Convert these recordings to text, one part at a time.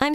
I'm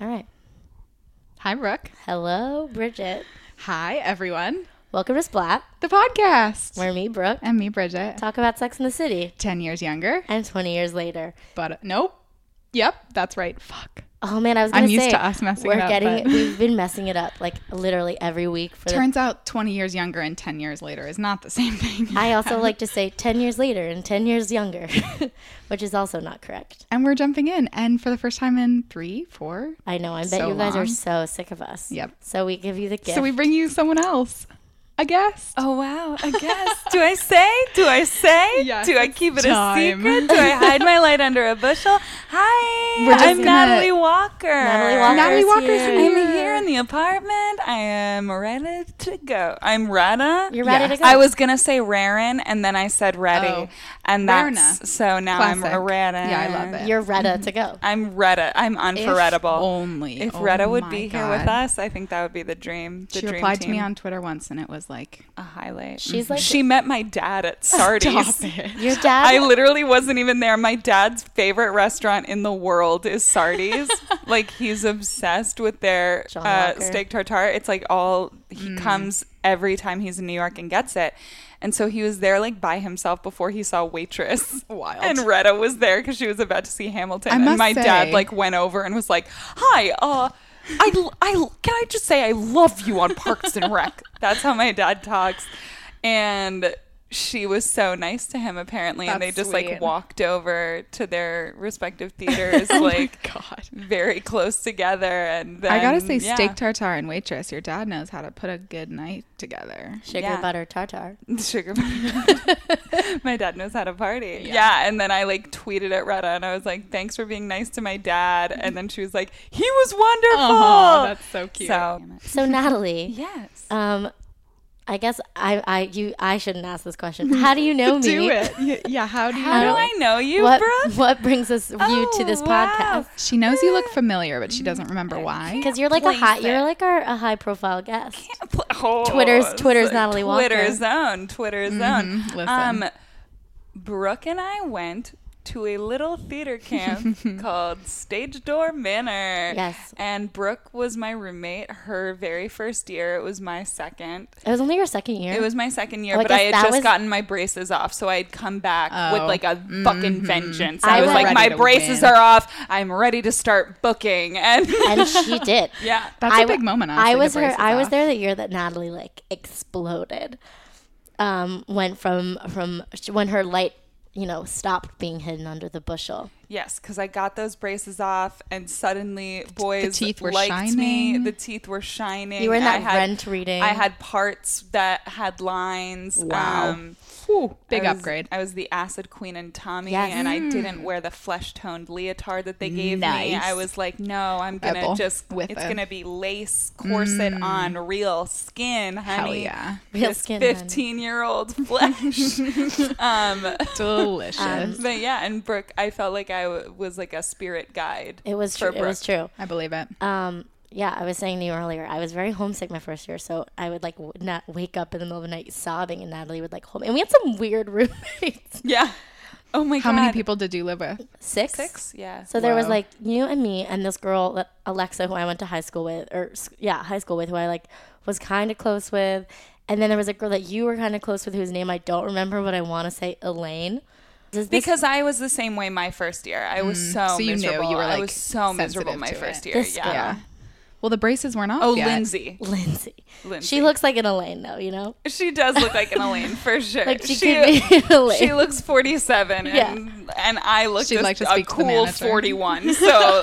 All right. Hi, Brooke. Hello, Bridget. Hi, everyone. Welcome to Splat, The podcast. where me, Brooke, and me, Bridget. talk about sex in the city. 10 years younger. And 20 years later. But uh, nope. Yep, that's right. Fuck. Oh man, I was I'm gonna used say, to us messing we're it up, Getting, but- We've been messing it up like literally every week. For the, Turns out 20 years younger and 10 years later is not the same thing. I also like to say 10 years later and 10 years younger, which is also not correct. and we're jumping in. And for the first time in three, four. I know. I bet So you guys long. are so sick of us. Yep. So we give you the gift. So we bring you someone else. A guest. Oh wow, I guess. Do I say? Do I say? Yes, Do I it's keep it time. a secret? Do I hide my light under a bushel? Hi, We're just I'm gonna- Natalie Walker. Natalie Walker. Natalie Walker's here. I'm here in the apartment. I am ready to go. I'm ready. You're ready Yes. to go. I was gonna say Rarin, and then I said ready, Oh. and that's Rarna. so now Classic. I'm ready. Yeah, I love it. You're Mm-hmm. ready to go. I'm Retta. I'm If unforgettable. only. If Oh Retta would my be here with God. us, I think that would be the dream. She The dream replied to me team. on Twitter once and it was like, a highlight. She's like- she met my dad at Sardi's. Your dad. I literally wasn't even there. My dad's favorite restaurant in the world is Sardi's. like he's obsessed with their John uh, Walker. steak tartare. It's like all he Mm. comes every time he's in New York and gets it. And so he was there like by himself before he saw waitress. Wild. And Retta was there because she was about to see Hamilton. I must and my say- dad like went over and was like, "Hi, uh, I, I can I just say I love you on Parks and Rec." That's how my dad talks, and she was so nice to him apparently, and they That's just sweet. Oh like walked over to their respective theaters like God. very close together. And then, I gotta say, yeah. steak tartare and waitress. Your dad knows how to put a good night together. Sugar yeah. butter tartar. sugar. my dad knows how to party. Yeah. And then I like tweeted at Retta and I was like, thanks for being nice to my dad. And then she was like, he was wonderful. Aw, Uh-huh, that's so cute. So, So Natalie. yes. Um, I guess I I you I shouldn't ask this question. How do you know me? Do it. Y- Yeah, how do you How do know? I know you, what Brooke? what brings us you to Oh, this wow. podcast? She knows you look familiar, but she doesn't remember why. Because you're like a hot, Place you're it. like our, a high profile guest. Oh, Twitter's- Twitter's so Natalie Walker. Mm-hmm. Twitter's own. Twitter's own. listen. Brooke and I went to a little theater camp called Stage Door Manor. Yes. And Brooke was my roommate her very first year. It was my second. It was only your second year. It was my second year, Oh, I but I guess had that just was- gotten my braces off, so I'd come back with like a fucking vengeance. Mm-hmm. I I, was was like, ready my to braces win. are off. I'm ready to start booking, and and she did. yeah, That's I a w- big moment. Honestly, I was the her. braces I was off. there the year that Natalie like exploded. Um, went from from when her light, you know, stopped being hidden under the bushel. yes, because I got those braces off, and suddenly boys teeth were liked me. shining. The teeth were shining. You were in I that Rent reading. I had parts that had lines. Wow. Um, Whew, big I was- upgrade. I was the acid queen and Tommy, Yes. Mm. and I didn't wear the flesh toned leotard that they gave me. Nice. I was like, no, I'm gonna Rebel just with it's it. gonna be lace corset on real skin, honey. Hell yeah. Mm. Real This skin, honey. 15 year old flesh. um, Delicious. but yeah, and Brooke, I felt like I w- was like a spirit guide. It was for true. It was true. Brooke. I believe it. Um, yeah, I was saying to you earlier, I was very homesick my first year, so I would like w- not wake up in the middle of the night sobbing, and Natalie would like hold me. And we had some weird roommates, Yeah. Oh my How god. many people did you live with? six. Six. Yeah. So there was Wow. like you and me and this girl that Alexa, who I went to high school with, or s- yeah, high school with, who I like was kind of close with, and then there was a girl that you were kind of close with, whose name I don't remember, but I want to say Elaine. Does this, Because I was the same way my first year. I was so, Mm. so you knew. You miserable. were, I like, was so miserable sensitive my to it. first year. This Yeah. girl. Yeah. Well, the braces weren't off. Oh, yet. Lindsay. Lindsay. Lindsay. She looks like an Elaine, though, you know? She does look like an Elaine for sure. Like, she could be an Elaine. she looks 47 Yeah. and and I look She'd just like to a speak to the cool manager. 41. So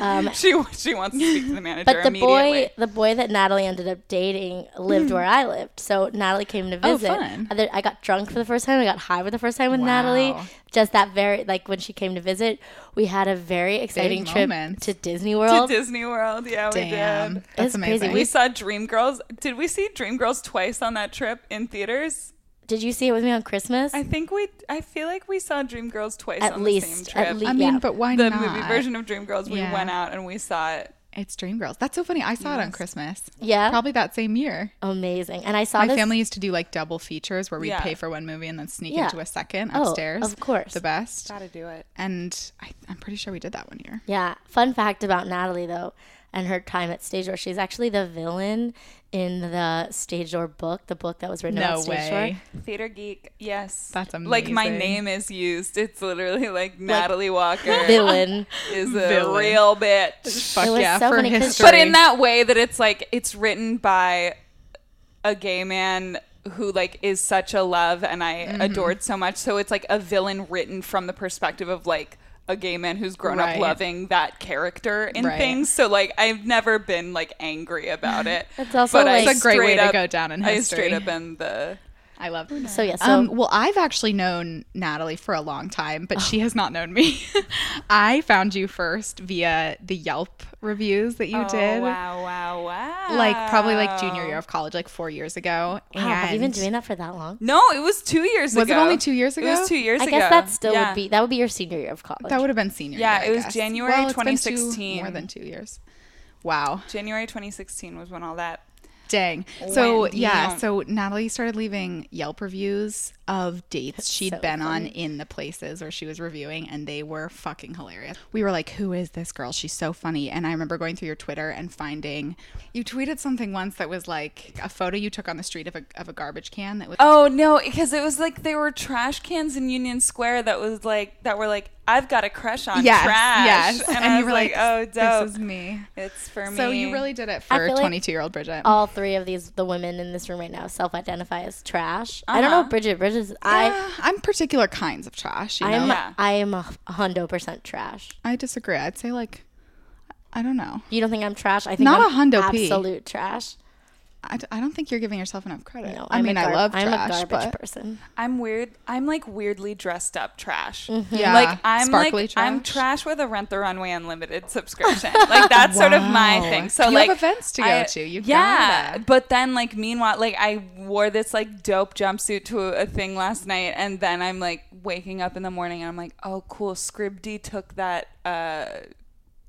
Um, she she wants to speak to the manager but the immediately. boy, the boy that Natalie ended up dating lived where I lived. So Natalie came to Oh, visit. fun. And then I got drunk for the first time. I got high for the first time with Natalie. Wow. Just that very, like when she came to visit, we had a very exciting trip moments. to Disney to World. Disney World. Yeah, we Damn. did. That's It's crazy. amazing. We saw Dreamgirls. Did we see Dreamgirls twice on that trip in theaters? Did you see it with me on Christmas? I think we. I feel like we saw Dreamgirls twice At on the same least- trip. at least- I mean, Yeah. but why the not? movie version of Dreamgirls. We Yeah. went out and we saw it. It's Dreamgirls. That's so funny. I saw it on Christmas. yeah. Probably that same year. Amazing. And I saw My this. family used to do like double features where we'd Yeah. pay for one movie and then sneak Yeah. into a second Oh, upstairs. of course. The best. Gotta do it. And I, I'm pretty sure we did that one year. Yeah. Fun fact about Natalie though, and her time at Stage Door, she's actually the villain in the Stage Door book, the book that was written about No Stage way. Door. Theater geek. Yes. That's Like my amazing. name is used. It's literally like, Natalie Walker Villain. is a Villain. real bitch. Fuck It was yeah, so for funny 'cause- history. But in that way that it's like it's written by a gay man who like is such a love and I Mm-hmm. adored so much. So it's like a villain written from the perspective of like a gay man who's grown Right. up loving that character in Right. things. So like I've never been like angry about it. It's also, like- It's a great way straight to up- go down in I straight history. up am the I love it. So yeah, so um, well, I've actually known Natalie for a long time, Oh. but she has not known me. I found you first via the Yelp reviews that you did. Oh, wow, wow, wow. Like probably like junior year of college, like four years ago. wow, have you been And- doing that for that long? No, it was two years Was it ago. only two years It ago? was two years I ago. guess that still Yeah. would be that would be your senior year of college. That would have been senior. Yeah, year, it I was guys. January Well, it's been two- 2016. more than two years. Wow, January 2016 was when all that dang. So When- yeah, yeah. so Natalie started leaving Yelp reviews of dates she'd been on in the places where she was reviewing, and they were fucking hilarious. We were like, "Who is this girl? She's so funny." And I remember going through your Twitter and finding you tweeted something once that was like a photo you took on the street of a of a garbage can that was. Oh no, because it was like they were trash cans in Union Square that was like that were like I've got a crush on Yes, trash. yes. and, And I you was were like, like, oh this dope, is me. It's for me. So you really did it for I feel like twenty two year old Bridget. all three of these the women in this room right now self-identify as trash. I Uh-huh. don't know, Bridget. Bridget's I Uh, I'm particular kinds of trash. You I am know? Yeah. I am a hundo percent trash. I disagree. I'd say like, I don't know. You don't think I'm trash? I think Not I'm a hundo P. absolute trash. I, d- I don't think you're giving yourself enough credit. No, I I'm a mean, I gar- love I'm trash, a garbage but person. I'm weird. I'm like weirdly dressed up trash. yeah, Like I'm sparkly like trash. I'm trash with a Rent the Runway unlimited subscription. like that's sort of my Wow. thing. So You have like events to go to. You yeah, gotta. but then like meanwhile, like I wore this like dope jumpsuit to a, a thing last night, and then I'm like waking up in the morning, and I'm like, oh cool, Scribd took that. uh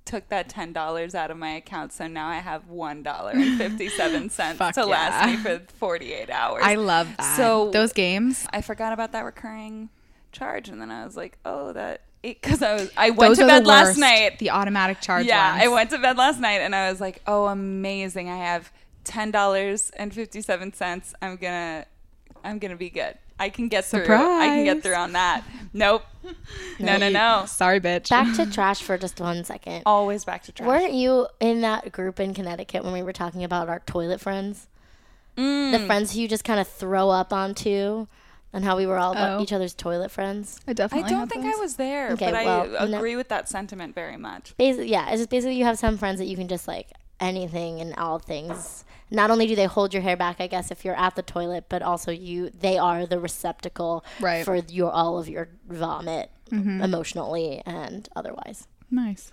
Took that ten dollars out of my account, so now I have one dollar and fifty seven cents to Fuck last yeah. me for forty eight hours. I love that. So those games. I forgot about that recurring charge, and then I was like, oh, that because I was I went those to are bed the last worst, night. The automatic charge. yeah, ones. I went to bed last night, and I was like, oh, amazing! I have ten dollars and fifty seven cents. I'm gonna, I'm gonna be good. I can get through. I can Surprise. get through on that. Nope. no, no, no. Sorry, bitch. Back to trash for just one second. Always back to Oh, trash. Weren't you in that group in Connecticut when we were talking about our toilet friends? Mm. The friends who you just kind of throw up onto, and how we were all about Oh. each other's toilet friends. I I definitely. don't had think those. I was there, Okay, but well, I no. agree with that sentiment very much. Basically, yeah, it's just basically you have some friends that you can just like anything and all things. Not only do they hold your hair back, I guess, if you're at the toilet, but also you they are the receptacle Right. Mm-hmm. for your all of your vomit, emotionally and otherwise. Nice.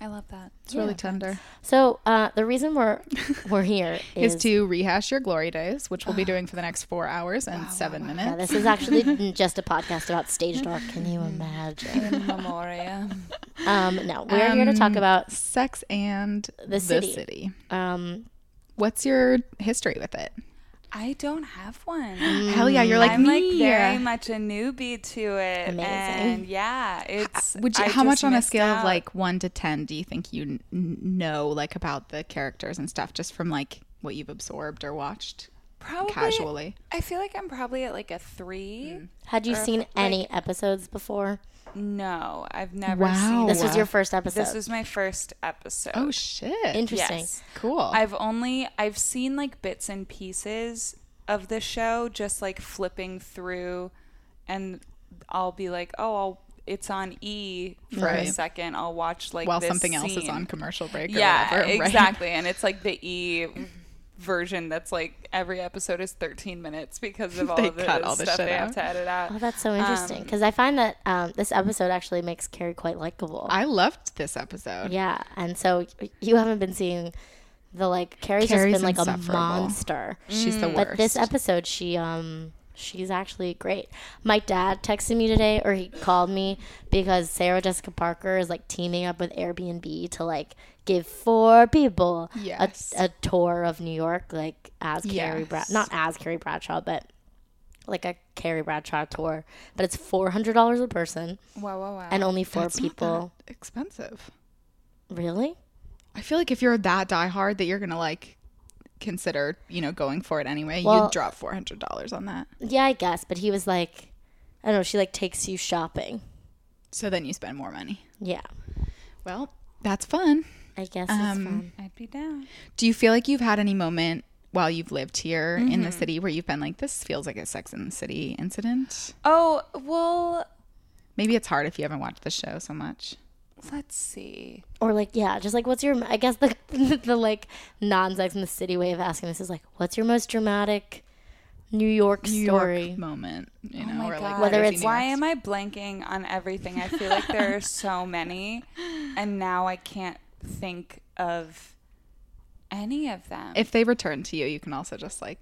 I love that. It's really tender. So uh, the reason we're we're here is, Is to rehash your glory days, which we'll be doing for the next four hours and seven Yeah, minutes. this is actually just a podcast about stage door. Can you imagine? Memoriam. Um, no, we're here to talk Um, about Sex and the city. city. um, What's your history with it? I don't have one. Hell yeah, you're like Mm, I'm like me. very much a newbie to it. Amazing. And yeah, it's Would you, I how much just on a missed scale out. of like one to ten do you think you n- know like about the characters and stuff just from like what you've absorbed or watched? Probably casually? Mm. I feel like I'm probably at like a three. Had uh, you seen any episodes before? No, I've never Wow. seen. This was uh, your first episode. This was my first episode. Oh shit! interesting. Yes. cool. I've only I've seen like bits and pieces of the show, just like flipping through, and I'll be like, oh, I'll, it's on E for Right. a second. I'll watch like While this something else is scene. on commercial break. Or Yeah, whatever, right? exactly. And it's like the E version that's like every episode is 13 minutes because of all They of the cut all the stuff shit they out. have to edit out. Oh, that's so interesting because I find that um, this episode actually makes Carrie quite likable. I loved this episode. Yeah, and so y- you haven't been seeing the like Carrie's, Carrie's just been like a insufferable. monster. She's the worst. But this episode, she um she's actually great. My dad texted me today, or he called me because Sarah Jessica Parker is like teaming up with Airbnb to like give four people Yes. a, a tour of New York, like as Carrie Brad, Yes. not as Carrie Bradshaw, but like a Carrie Bradshaw tour. But it's four hundred dollars a person Wow, wow, wow. and only four That's not people. that expensive. Really? I feel like if you're that diehard that you're gonna like consider, you know, going for it anyway, Well- you'd drop four hundred dollars on that. Yeah, I guess. But he was like, I don't know. She like takes you shopping. So then you spend more money. Yeah, Well, that's fun. I guess Um, it's fun. I'd be down. Do you feel like you've had any moment while you've lived here in Mm-hmm. the city where you've been like, this feels like a Sex in the City incident? Oh, well, Maybe it's hard if you haven't watched the show so much. let's see. Or like, yeah, just like, what's your? I guess the the like non-sex in the city way of asking this is like, what's your most dramatic New York story? York moment, you know, Oh my or God. like Whether crazy it's- New why York. am I blanking on everything? I feel like there are so many, and now I can't think of any of them. if they return to you, you can also just like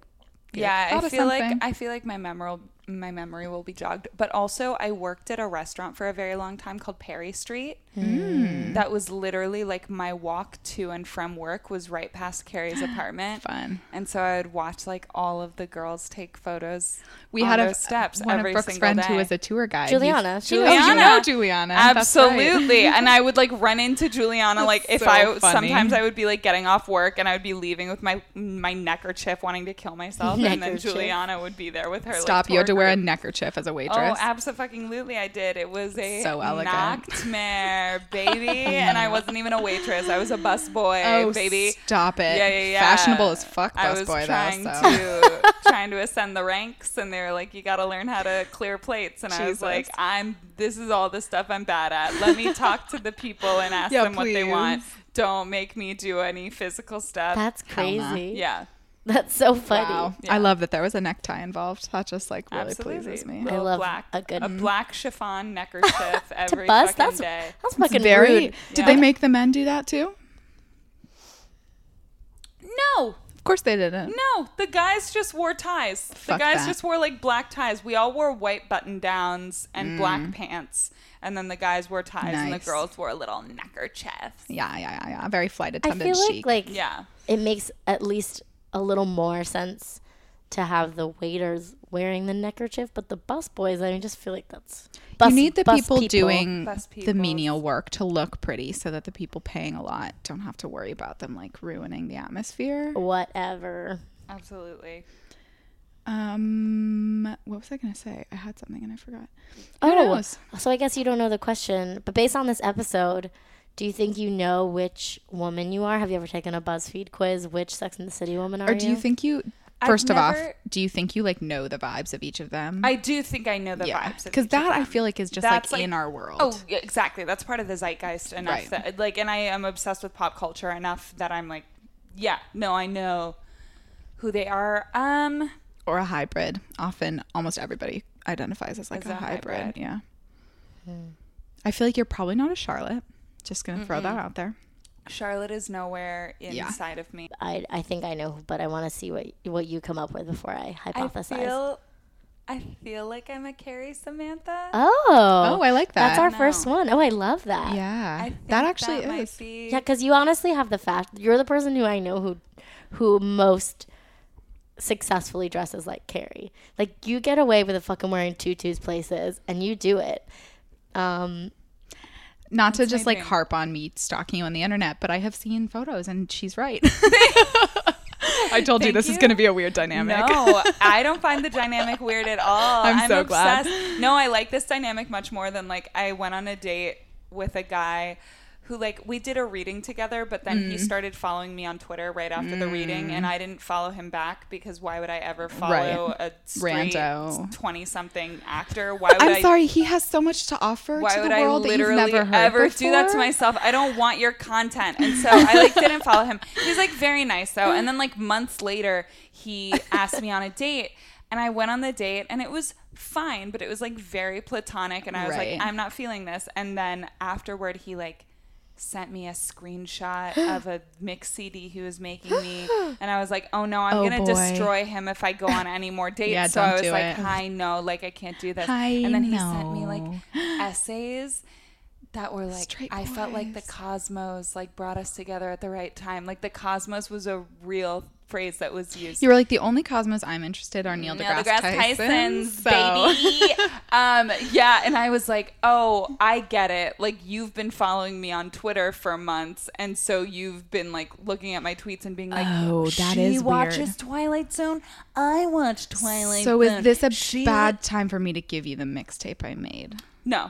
be like, yeah, "Thought I of feel like something." I feel like my memorable my memory will be jogged. But also, I worked at a restaurant for a very long time called Perry Street. Mm. That was literally like my walk to and from work was right past Carrie's apartment. Fun. And so I would watch like all of the girls take photos. we on had a those steps one every of Brooke's single friend day. who was a tour guide. He's- Juliana, she Oh, knows you you. know Juliana. That's right. Absolutely. and I would like run into Juliana like if so I funny. sometimes I would be like getting off work and I would be leaving with my my neckerchief wanting to kill myself and then Neckerchief. Juliana would be there with her like, Stop! You had to tour wear a group. neckerchief as a waitress. Oh, absolutely! I did. It was a So elegant. nightmare, baby, and I wasn't even a waitress. I was a busboy, Oh, baby. stop it. Yeah, yeah, yeah. Fashionable as fuck I was busboy, though, trying so. to trying to ascend the ranks, and they were like, "You got to learn how to clear plates." And I Jesus. was like, "I'm. This is all the stuff I'm bad at. Let me talk to the people and ask Yeah, them what they want. please. Don't make me do any physical stuff." That's Hell nah. crazy. yeah. that's so funny. Wow. I love that there was a necktie involved. That just like really Absolutely. pleases me. I Little love black, a good- a black chiffon neckerchief To every bust, fucking that's day. that's fucking Very. rude. Did Yeah. they make the men do that too? No, Of course they didn't. no. The guys just wore ties. Fuck the guys that. just wore like black ties. We all wore white button downs and black pants. And then the guys wore ties and the Mm. Nice. girls wore little neckerchiefs. Yeah, yeah, yeah, yeah. Very flight I attendant feel like chic. like Yeah. it makes at least a little more sense to have the waiters wearing the neckerchief, but the bus boys, I mean, just feel like that's bus, you need the bus people, doing Bus the peoples. menial work to look pretty, so that the people paying a lot don't have to worry about them like ruining the atmosphere. Oh. whatever. Absolutely. Um, what was I gonna say? I had something and I forgot. Who Oh, knows? so I guess you don't know the question, but based on this episode, do you think you know which woman you are? Have you ever taken a BuzzFeed quiz? Which Sex and the City woman are Or do you think you? I've First of all, never- do you think you like know the vibes of each of them? I do think I know the vibes. of because each of that I them. feel like is just like, That's in our world. Oh, yeah, exactly. That's part of the zeitgeist enough Right. that like and I am obsessed with pop culture enough that I'm like, yeah, no, I know who they are. Um or a hybrid. Often, almost everybody identifies as like As a, a hybrid. hybrid. Yeah. Hmm. I feel like you're probably not a Charlotte. Just gonna throw that out there. Charlotte is nowhere inside of me. I, I think I know, but I want to see what what you come up with before I hypothesize. I feel, I feel like I'm a Carrie Samantha. oh, Oh, I like that. That's our first one. Oh, I love that. Yeah, I that think actually that is. Might be, Yeah, because you honestly have the fact you're the person who I know who who most successfully dresses like Carrie. Like you get away with a fucking wearing tutus places, and you do it. Um, Not to just like harp on me stalking you on the internet, but I have seen photos and she's right. I told you Thank this is you. going to be a weird dynamic. No, I don't find the dynamic weird at all. I'm so glad. glad. No, I like this dynamic much more than like I went on a date with a guy who like we did a reading together, but then Mm. he started following me on Twitter right after the reading, and I didn't follow him back because why would I ever follow a straight Rando. twenty something actor? Why would I'm I- sorry, he has so much to offer why to the would world I that you've literally never heard ever do that to before. myself? I don't want your content. And so I like didn't follow him. He's like very nice though. And then like months later, he asked me on a date and I went on the date and it was fine, but it was like very platonic and I was Right. like I'm not feeling this. And then afterward he like sent me a screenshot of a mix CD he was making me and I was like, "Oh no, I'm Oh, going to boy. destroy him if I go on any more dates." Yeah, so don't I was do like, it. "I know, like I can't do this." I and then he sent me like know. essays that were like Straight I felt like the boys. cosmos like brought us together at the right time. Like the cosmos was a real phrase that was used. You were like the only Cosmos I'm interested are Neil Neil deGrasse, deGrasse Tyson. Tyson's so- baby. um, yeah, and I was like, oh, I get it. Like you've been following me on Twitter for months, and so you've been like looking at my tweets and being like, Oh, that she is watches weird." Twilight Zone. I watch Twilight. So is Zone. this a She- bad time for me to give you the mixtape I made? No,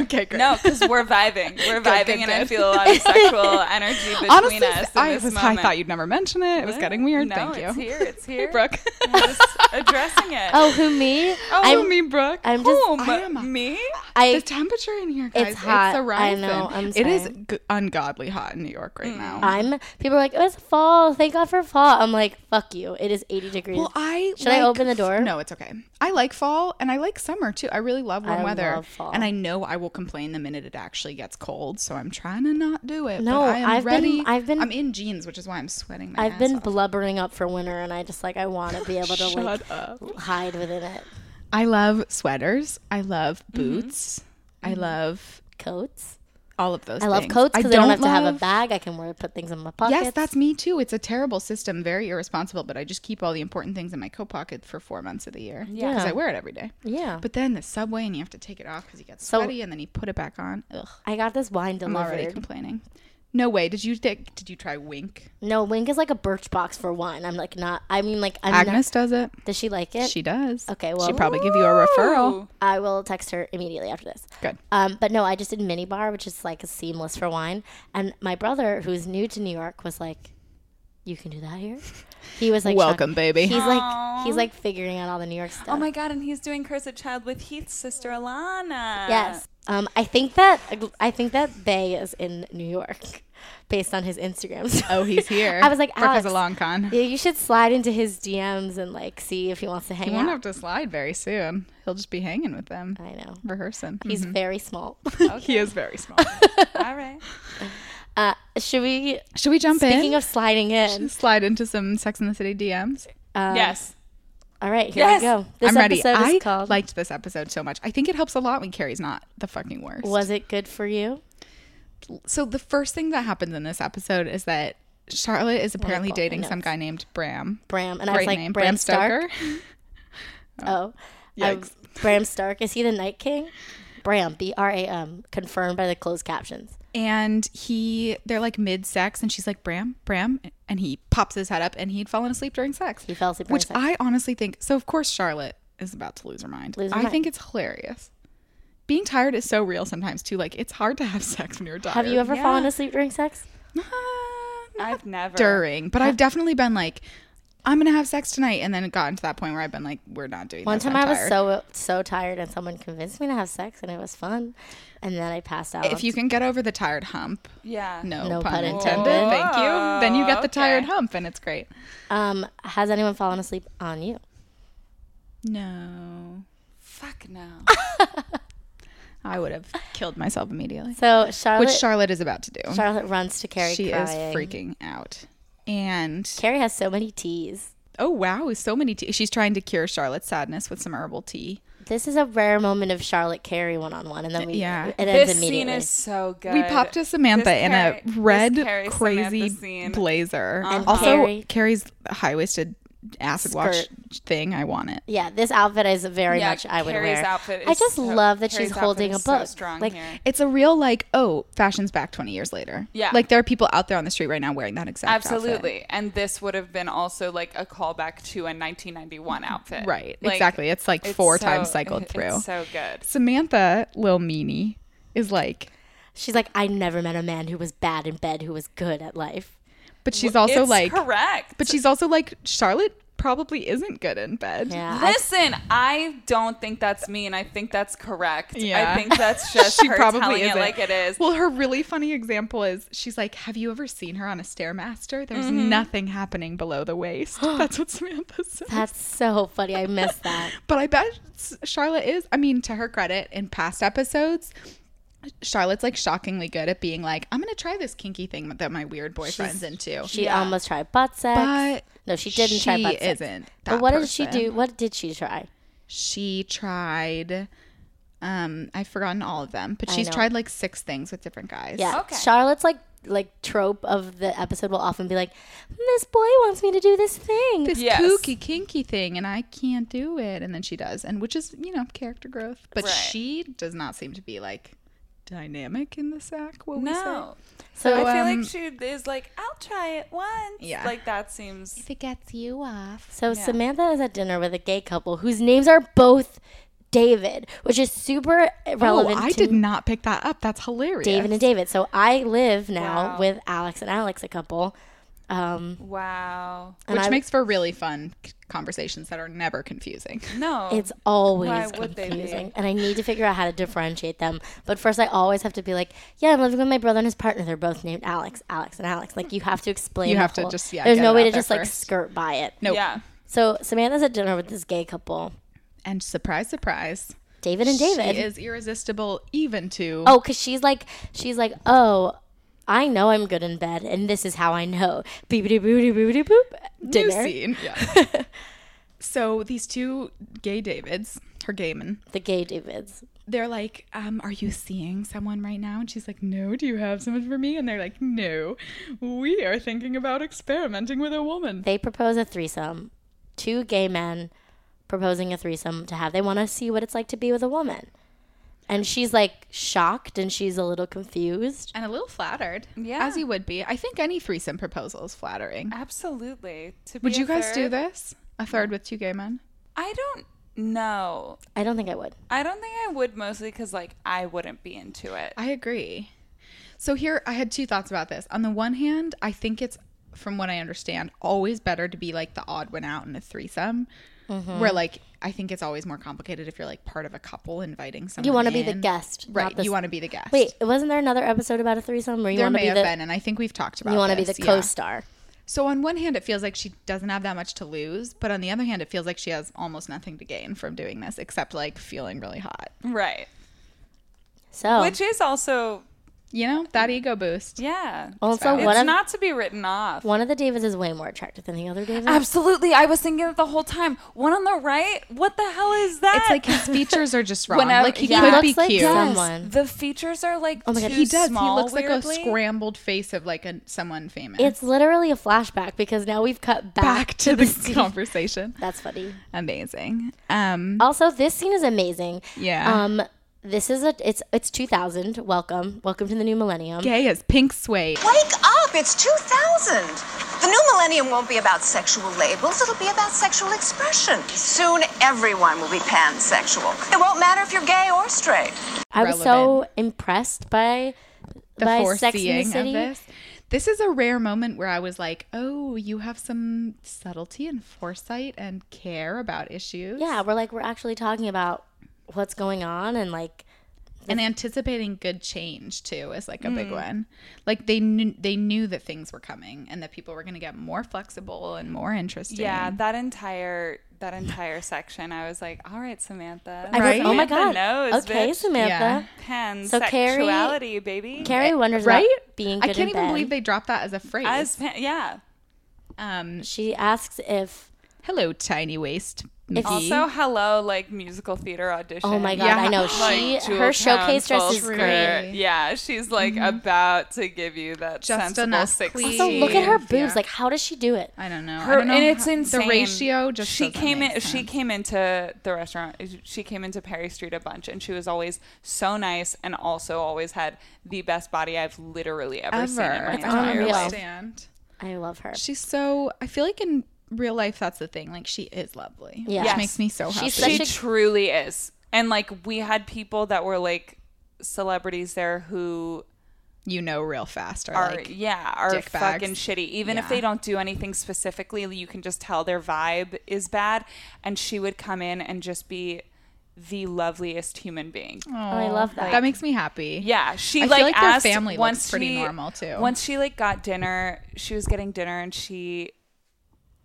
Okay, great. No, because we're vibing. We're vibing, Good, good, and I good. feel a lot of sexual energy between Honestly, us. in I, this was, I moment. thought you'd never mention it. It was getting weird. No, Thank you. it's here. It's here, Brooke. I'm just addressing it. Oh, who me? Oh, I'm- me, Brooke. I'm just. Whom? I am- me. I the temperature in here, guys, it's, hot. I rising. know, I'm It is sorry. Mm. Uh, g- ungodly hot in New York right now. I'm. People are like, oh, it's fall. Thank God for fall. I'm like, fuck you. It is 80 degrees. Well, I Should I open the door? No, it's okay. I like fall and I like summer too. I really love warm I weather, love fall. and I know I will complain the minute it actually gets cold. So I'm trying to not do it. No, but I am I've been- ready. I've been- I'm in jeans, which is why I'm sweating. My I've ass been off. blubbering up for winter, and I just like I want to be able to like Shut up. hide within it. I love sweaters. I love boots. I love Coats. all of those. I love things. coats because I don't have to have a love- bag. I can wear put things in my pockets. Yes, that's me too. It's a terrible system, very irresponsible, but I just keep all the important things in my coat pocket for four months of the year. Yeah. Because I wear it every day. yeah. But then the subway and you have to take it off because you get So- sweaty and then you put it back on. Ugh, I got this wine I'm already delivered. complaining. No way. Did you th- did you try Wink? No, Wink is like a birch box for wine. I'm like not. I mean, like I'm not- Agnes does it. does she like it? She does. Okay, well- she'd probably give you a referral. I will text her immediately after this. Good. Um, but no, I just did mini bar, which is like seamless for wine. And my brother, who's new to New York, was like, "You can do that here." He was like, Welcome, shocked. baby. He's like, he's like figuring out all the New York stuff. Oh my god! And he's doing Cursed Child with Heath's sister Alana. Yes. Um, I think that I think that Bay is in New York, based on his Instagram. story. Oh, he's here. I was like, Brooke has Alex, a long con. Yeah, you should slide into his DMs and like see if he wants to hang He won't out. have to slide very soon. He'll just be hanging with them, I know. rehearsing. Uh, He's very small. He is very small. All right. Uh, should we? Should we jump in? Speaking of sliding in, slide into some Sex in the City DMs. Uh, yes. all right, here Yes. we go. This I'm ready. episode I is called. liked this episode so much. I think it helps a lot when Carrie's not the fucking worst. was it good for you? so the first thing that happens in this episode is that Charlotte is apparently God, dating I know. some guy named Bram. Bram and I was Great like name, Bram, Bram Stark. Stoker. Oh, I- Yikes. Bram Stark is he the Night King? Bram B R A M confirmed by the closed captions. And he, they're like mid sex, and she's like Bram, Bram, and he pops his head up, and he'd fallen asleep during sex. He fell asleep during Which sex. I honestly think. So of course Charlotte is about to lose her mind. Lose her I mind. think it's hilarious. Being tired is so real sometimes too. Like it's hard to have sex when you're tired. Have you ever fallen asleep during sex? I've never. during, but I've definitely been like, I'm gonna have sex tonight, and then it gotten to that point where I've been like, we're not doing. One this, time I'm I was tired. so so tired, and someone convinced me to have sex, and it was fun. And then I passed out. If you can get over the tired hump, Yeah. no, No pun, pun intended. intended. Thank you. Then you get the tired okay. hump, and it's great. um, has anyone fallen asleep on you? No, Fuck no. I would have killed myself immediately. So Charlotte, Which Charlotte is about to do. Charlotte runs to Carrie. she crying. is freaking out. And Carrie has so many teas. oh wow, so many tea. She's trying to cure Charlotte's sadness with some herbal tea. This is a rare moment of Charlotte Carrie one on one, and then we Yeah. it ends This scene immediately. is so good. We popped to Samantha This in Carrie- a this red Carrie Samantha crazy scene. Uh-huh. blazer. And Also, Carrie- Carrie's high waisted acid wash thing, I want it. Yeah, this outfit is very Yeah, much I would Carrie's wear. outfit I is just so- love that Carrie's she's outfit holding a is book. so strong like here. It's a real like, oh, fashion's back 20 years later. Yeah. Like there are people out there on the street right now wearing that exact outfit. Absolutely. And this would have been also like a callback to a 1991 outfit. Right. Like, exactly. It's like it's four so- times cycled through. It's so good. Samantha, Lil Meanie, is like, She's like, I never met a man who was bad in bed who was good at life. but she's also it's like, correct. but she's also like, Charlotte probably isn't good in bed. Yeah, I- Listen, I don't think that's mean. I think that's correct. Yeah. I think that's just she her probably telling isn't. it like it is. Well, her really funny example is she's like, "Have you ever seen her on a stairmaster? There's Mm-hmm. nothing happening below the waist." That's what Samantha said. that's so funny. I missed that. But I bet S- Charlotte is. I mean, to her credit, in past episodes, Charlotte's like shockingly good at being like, "I'm gonna try this kinky thing that my weird boyfriend's into." She almost tried butt sex. But no, she didn't try she butt sex. isn't But that what did she person. do? What did she try? she tried. Um, I've forgotten all of them, but I she's know. tried like six things with different guys. Yeah, Okay. Charlotte's like like trope of the episode will often be like, "This boy wants me to do this thing." this Yes. kooky kinky thing and I can't do it and then she does and which is you know character growth but Right. she does not seem to be like dynamic in the sack what we say no. so I feel um, like she is like, I'll try it once. Yeah. Like that seems. it gets you off So Samantha is at dinner with a gay couple whose names are both David, which is super relevant. oh I to did not pick that up that's hilarious David and David. So I live now Wow. with Alex and Alex, a couple. Um, Wow. and which I- makes for really fun c- conversations that are never confusing No. it's always Why would they be? confusing, and I need to figure out how to differentiate them. But first, I always have to be like, "Yeah, I'm living with my brother and his partner. They're both named Alex, Alex, and Alex." Like you have to explain. You the have to whole- just, yeah, There's get no it way out to there just like first. skirt by it. no Yeah. So Samantha's at dinner with this gay couple, and surprise surprise David and David. she is irresistible even to Oh, because she's like, she's like, oh, I know I'm good in bed, and this is how I know. Beepity boopity boopity boop. new Dinner. scene yeah so these two gay Davids her gay men The gay Davids. they're like, um, "Are you seeing someone right now?" And she's like, "No. Do you have someone for me?" And they're like, "No. We are thinking about experimenting with a woman." They propose a threesome. Two gay men proposing a threesome to have. They want to see what it's like to be with a woman. And she's like shocked and she's a little confused. And a little flattered, Yeah. as you would be. I think any threesome proposal is flattering. Absolutely. To Would be you a guys do third- this? A third with two gay men? I don't know. I don't think I would. I don't think I would mostly because like I wouldn't be into it. I agree. So here, I had two thoughts about this. On the one hand, I think it's, from what I understand, always better to be like the odd one out in a threesome, Mm-hmm. where like I think it's always more complicated if you're like part of a couple inviting someone. You want to be the in. guest. not right? the- you want to be the guest. Wait, wasn't there another episode about a threesome where you there want to may be have the been, and I think we've talked about. you want to be this, the yeah. co-star? So on one hand, it feels like she doesn't have that much to lose, but on the other hand, it feels like she has almost nothing to gain from doing this except like feeling really hot. right. So Which is also You know that Mm-hmm. ego boost. yeah. also it's one of not to be written off. one of the Davids is way more attractive than the other David. Absolutely. I was thinking it the whole time. One on the right? What the hell is that? It's like his features are just wrong. Whenever- like he yeah. could He be looks like cute. some- Yes, someone. Oh The features are like my God, too He does. Small, he looks weirdly. like a scrambled face of like a, someone famous. It's literally a flashback because now we've cut back, back to the scene. conversation. That's funny. Amazing. Um, Also, this scene is amazing. yeah. Um, this is a it's it's 2000. Welcome, welcome to the new millennium. gay as pink suede. Wake up! It's 2000. The new millennium won't be about sexual labels, it'll be about sexual expression. Soon everyone will be pansexual. It won't matter if you're gay or straight. I was so impressed by the by Sex in the foreseeing City. of this. This is a rare moment where I was like, "Oh, you have some subtlety and foresight and care about issues." Yeah, we're like we're actually talking about what's going on and like and anticipating good change too is like a big Hmm. one. Like they knew they knew that things were coming and that people were going to get more flexible and more interesting. Yeah, that entire that entire section. I was like, all right, Samantha. I Right? was, oh my Samantha god, knows, okay, bitch. Samantha. So Carrie- Pansexuality, baby. Carrie wonders Eh, Right? about being good I can't in even bed. believe they dropped that as a phrase. As pan- yeah. um, she asks if hello, tiny waist McGee. Also, hello, like musical theater audition. E? Oh my god, Yeah. I know. Like, She Jewel her showcase dress Townsville's is True. great. Yeah, she's like about to give you that Just sensible enough six. cleavage. So look at her boobs. Yeah. Like, how does she do it? I don't know. I Her, don't know and it's how- insane. The ratio just she doesn't came in. make She sense. came into the restaurant. She came into Perry Street a bunch, and she was always so nice, and also always had the best body I've literally ever, seen in ever. my I don't entire unreal. life. understand. I love her. She's so. I feel like in real life, that's the thing. Like she is lovely. Yeah. Yeah, Yes. which makes me so happy. She's She such a- truly is. And like we had people that were like celebrities there who you know, real fast. Or are like, yeah are dick bags. fucking shitty. Even if Yeah. they don't do anything specifically, you can just tell their vibe is bad. And she would come in and just be the loveliest human being. oh, I love that. that makes me happy. Yeah, she I feel like, like their asked family looks once pretty she- normal, too. Once she like got dinner, she was getting dinner and she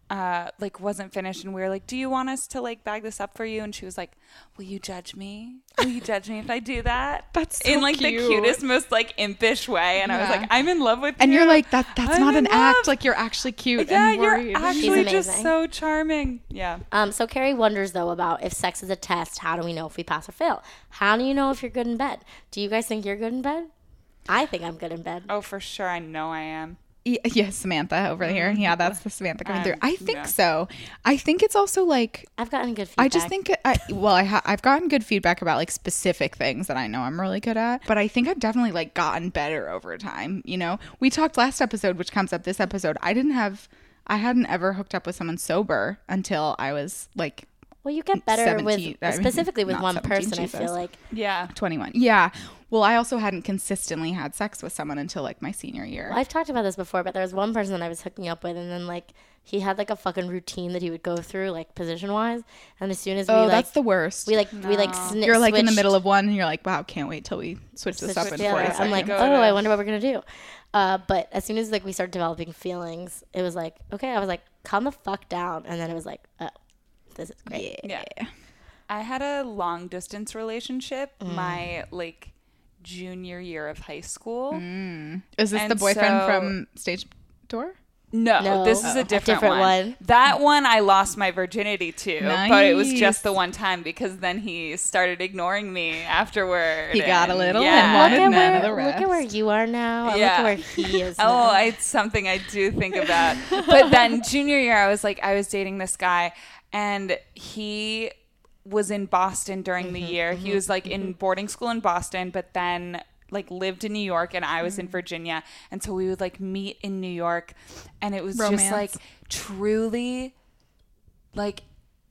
uh like wasn't finished and we were like, "Do you want us to like bag this up for you?" And she was like, "Will you judge me? Will you judge me if I do that?" That's so in like the cute. cutest, most like impish way. And I was Yeah. like, "I'm in love with And you." you're like that. That's I'm not an in act. love. Like you're actually cute. yeah, and you're worried. actually just amazing. so charming. Yeah. Um, so Carrie wonders though about if sex is a test. How do we know if we pass or fail? How do you know if you're good in bed? Do you guys think you're good in bed? I think I'm good in bed. Oh, for sure. I know I am. Y- Yes, Samantha over here. Yeah, that's the Samantha coming through. Um, I think yeah. so. I think it's also like I've gotten good feedback. I just think I well I ha- I've gotten good feedback about like specific things that I know I'm really good at, but I think I've definitely like gotten better over time. You know, we talked last episode, which comes up this episode. I didn't have I hadn't ever hooked up with someone sober until I was like well, you get better 17 I with mean, specifically with not one 17, person. I Jesus. feel like 21. Yeah. Well, I also hadn't consistently had sex with someone until like my senior year. I've talked about this before, but there was one person that I was hooking up with, and then like he had like a fucking routine that he would go through like position wise, and as soon as Oh, we like that's the worst. we like we like sni- You're like in the switched- middle of one, and you're like, wow, can't wait till we switch this up in Yeah, 40 like, seconds. I'm like, oh, Go to- I wonder what we're gonna do. Uh, but as soon as like we started developing feelings, it was like, okay, I was like, calm the fuck down, and then it was like, oh, this is great. Yeah. I had a long distance relationship Mm. my like junior year of high school. Mm. Is this And the boyfriend so- from stage door? No, No. this is Oh. a different, Different one. one. That one I lost my virginity to, but it was Nice. just the one time because then he started ignoring me afterward. He got a and- little and yeah. Look wanted at, none of where, the look at rest. where you are now. and Look Yeah. at where he is. now. Oh, it's something I do think about. but then junior year, I was like, I was dating this guy, and he was in Boston during the Mm-hmm, year. He was like in boarding school in Boston, but then like lived in New York, and I was Mm. in Virginia, and so we would like meet in New York, and it was just Romance. like truly, like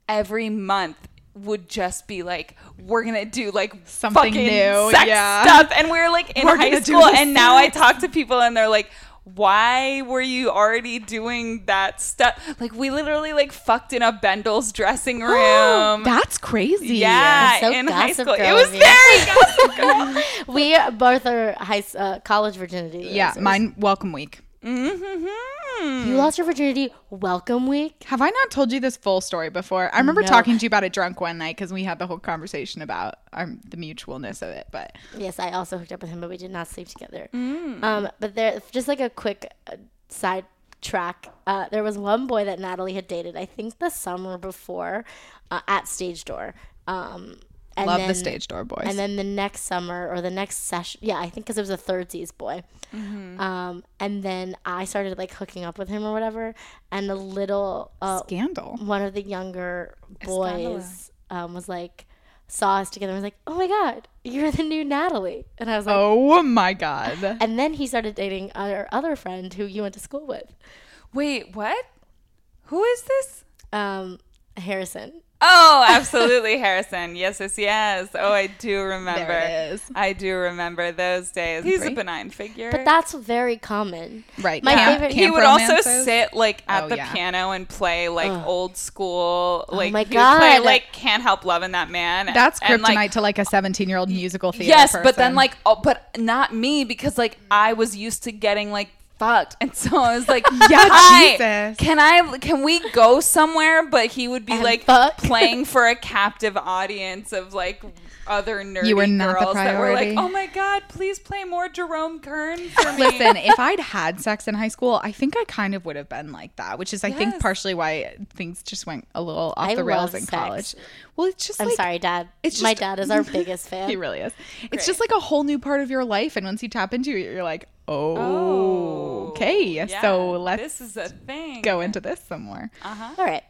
every month would just be like we're gonna do like Something fucking new, sex yeah. stuff and we're like in We're high gonna do school this and now i talk to people and they're like why were you already doing that stuff like we literally like fucked in a bendel's dressing Um, room That's crazy. yeah That's so in high Gossip school it Girl was of you. very gossip girl we both are high s- uh, college virginity. Yeah, losers. mine welcome week. Hmm. You lost your virginity welcome week. Have I not told you this full story before? I remember No. talking to you about it drunk one night because we had the whole conversation about um, the mutualness of it. But Yes, I also hooked up with him, but we did not sleep together. Mm. Um, but there, just like a quick uh, side track, uh, there was one boy that Natalie had dated, I think the summer before, uh, at Stage Door. Um, and love the then- stage door boys. And then the next summer or the next session, yeah, I think because it was a third seas boy. Mm-hmm. Um, and then I started like hooking up with him or whatever, and a little uh, Scandal. one of the younger boys um, was like saw us together and was like, "Oh my god, you're the new Natalie," and I was like. Oh my god. And then he started dating our other friend who you went to school with, wait what who is this um, Harrison. Oh, absolutely, Harrison. Yes, yes, yes. Oh, I do remember. There it is. I do remember those days. He's a benign figure. But that's very common. Right. My Camp- favorite. he camp would also romances? sit like at Oh, the yeah. Oh piano and play like old school like my he would play, God. like can't help loving that man That's kryptonite And, like, to like a 17 year old musical theater. yes but then person. like oh, but not me because like i was used to getting like fucked and so i was like Yeah, "Hi, Jesus. can i can we go somewhere but he would be And like fuck. playing for a captive audience of like other nerdy You were not the girls that were like, priority. "Oh my god, please play more Jerome Kern for me." Listen, if I'd had sex in high school, I think I kind of would have been like that, which is, I think, Yes. partially why things just went a little off I the rails love in sex. college. Well, it's just I'm like, sorry, Dad. it's My just- dad is our biggest fan. He really is. It's just like a whole new part of your life, and once you tap into it, you're like, oh, okay. Yeah, so let's This is Uh, a thing. go into this some more. All right.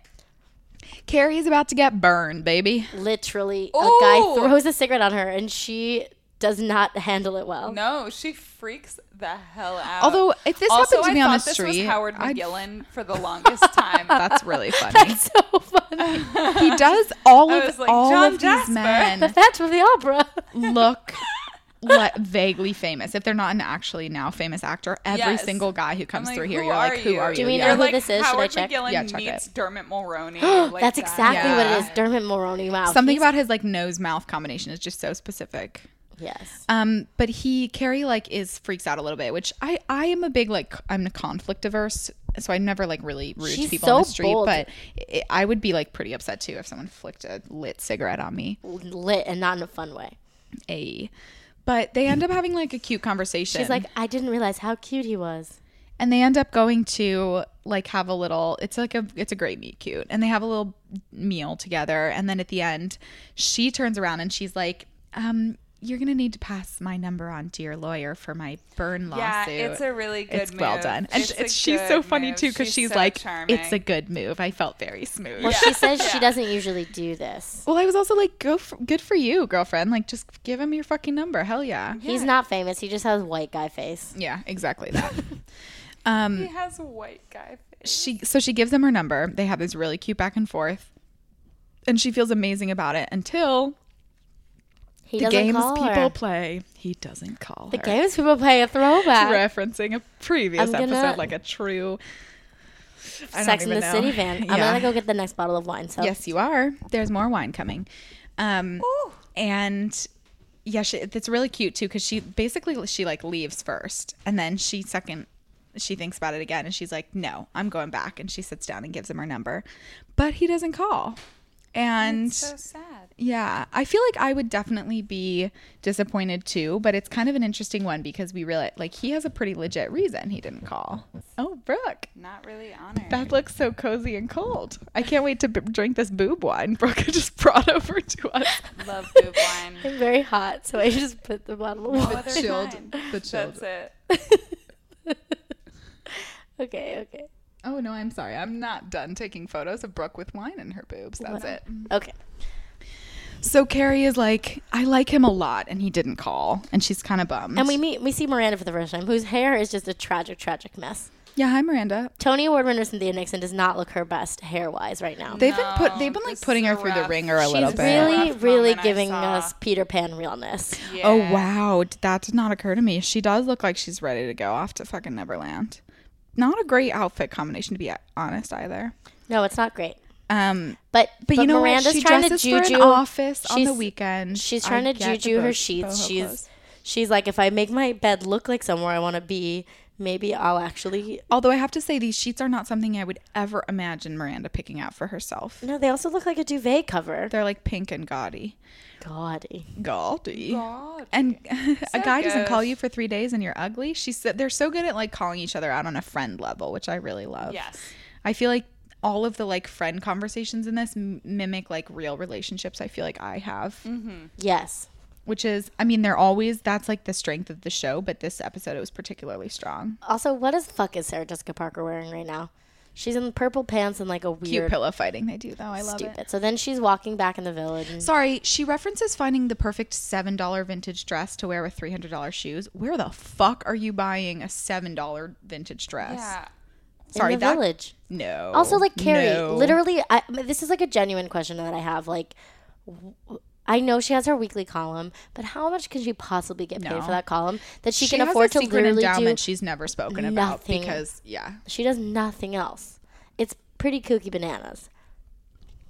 Carrie's about to get burned, baby. Literally, Ooh. Oh! a guy throws a cigarette on her, and she does not handle it well. No, she freaks the hell out. Although, if this also, happened to I me on thought the this street, was Howard I'd- McGillen for the longest time. That's really funny. So funny. he does all I of was like, all John of Jasper. these men That's from the opera. look le- vaguely famous if they're not an actually now famous actor. Every Yes. single guy who comes I'm like, through here, "Who you're are like, who you?" are you? Do we Yeah. know who like, this is? Should I Howard check? McGillen Yeah, check meets it. Dermot Mulroney. like That's that. exactly what Yeah. it is. Dermot Mulroney. Wow. Something he's- about his like nose mouth combination is just so specific. yes. Um, but he Carrie like is freaks out a little bit, which I I am a big like I'm a conflict averse, so I'm never like really rude She's to people so on the street. bold. But i I would be like pretty upset too if someone flicked a lit cigarette on me. Lit and not in a fun way. A, but they end up having like a cute conversation. She's like, I didn't realize how cute he was. and they end up going to like have a little it's like a it's a great meet cute and they have a little meal together and then at the end she turns around and she's like um you're gonna need to pass my number on to your lawyer for my burn lawsuit Yeah, it's a really good it's well move. done and It's it's a she's so good funny move. too because She's she's, so like it's charming." a good move i felt very smooth Well, she says she doesn't usually do this. well i was also like go for, good for you girlfriend like just give him your fucking number hell yeah He's not famous. He just has white guy face. yeah exactly that Um, He has a white guy face. she so she gives him her number. They have this really cute back and forth, and she feels amazing about it until He the doesn't games call people her. play. He doesn't call the her. games people play a throwback. Referencing a previous I'm gonna- episode, like a true I don't Sex in even the know. City van. Yeah. I'm gonna go get the next bottle of wine. So Yes, you are. There's more wine coming. Um, and yeah, she, it's really cute too because she basically she like leaves first, and then she second she thinks about it again, and she's like, "No, I'm going back." And she sits down and gives him her number, but he doesn't call. And So sad. yeah, I feel like I would definitely be disappointed too, but it's kind of an interesting one because we realize like he has a pretty legit reason he didn't call. Oh, Brooke. Not really honored. That looks so cozy and cold. I can't wait to b- drink this boob wine Brooke just brought over to us. Love boob wine. I'm very hot, so I just put the bottle of wine. Other chilled- kind. the chilled. That's it. Okay, okay, Oh no, I'm sorry. I'm not done taking photos of Brooke with wine in her boobs. That's it. okay. So Carrie is like, I like him a lot, and he didn't call, and she's kind of bummed. And we meet, we see Miranda for the first time, whose hair is just a tragic, tragic mess. yeah, hi Miranda. Tony Award winner Cynthia Nixon does not look her best hair wise right now. They've been put. They've been like this putting is her a through the rough- ringer a little She's bit. really, Rough really moment I giving saw. us Peter Pan realness. Oh wow, D- that did not occur to me. She does look like she's ready to go off to fucking Neverland. Not a great outfit combination, to be honest, either. No, it's not great. Um, But but, But, you know what? Miranda's She trying to dresses for an juju office on the She's- weekend. She's I trying to get the juju her both- sheets. boho She's clothes. she's like, if I make my bed look like somewhere I want to be, maybe I'll actually. Although I have to say, these sheets are not something I would ever imagine Miranda picking out for herself. No, they also look like a duvet cover. They're like pink and gaudy. Gaudy. Gaudy. And a guy doesn't call you for three days and you're ugly. She said they're so good at like calling each other out on a friend level, which I really love. Yes. I feel like all of the like friend conversations in this m- mimic like real relationships I feel like I have. Yes. Which is, I mean, they're always, that's like the strength of the show, but this episode it was particularly strong. Also, what is fuck is Sarah Jessica Parker wearing right now? She's in purple pants and like a Cute weird pillow fighting they do, though. I love it. stupid. So then she's walking back in the village. And Sorry, she references finding the perfect $7 vintage dress to wear with $300 shoes. Where the fuck are you buying a $7 vintage dress? Yeah. Sorry, in the that village. no. Also, like Carrie, no. literally, I, I mean, this is like a genuine question that I have. Like, w- I know she has her weekly column, but how much can she possibly get paid No. for that column that she, She can has afford a to secret literally do? endowment she's never spoken about nothing. because yeah, She does nothing else. It's pretty kooky bananas.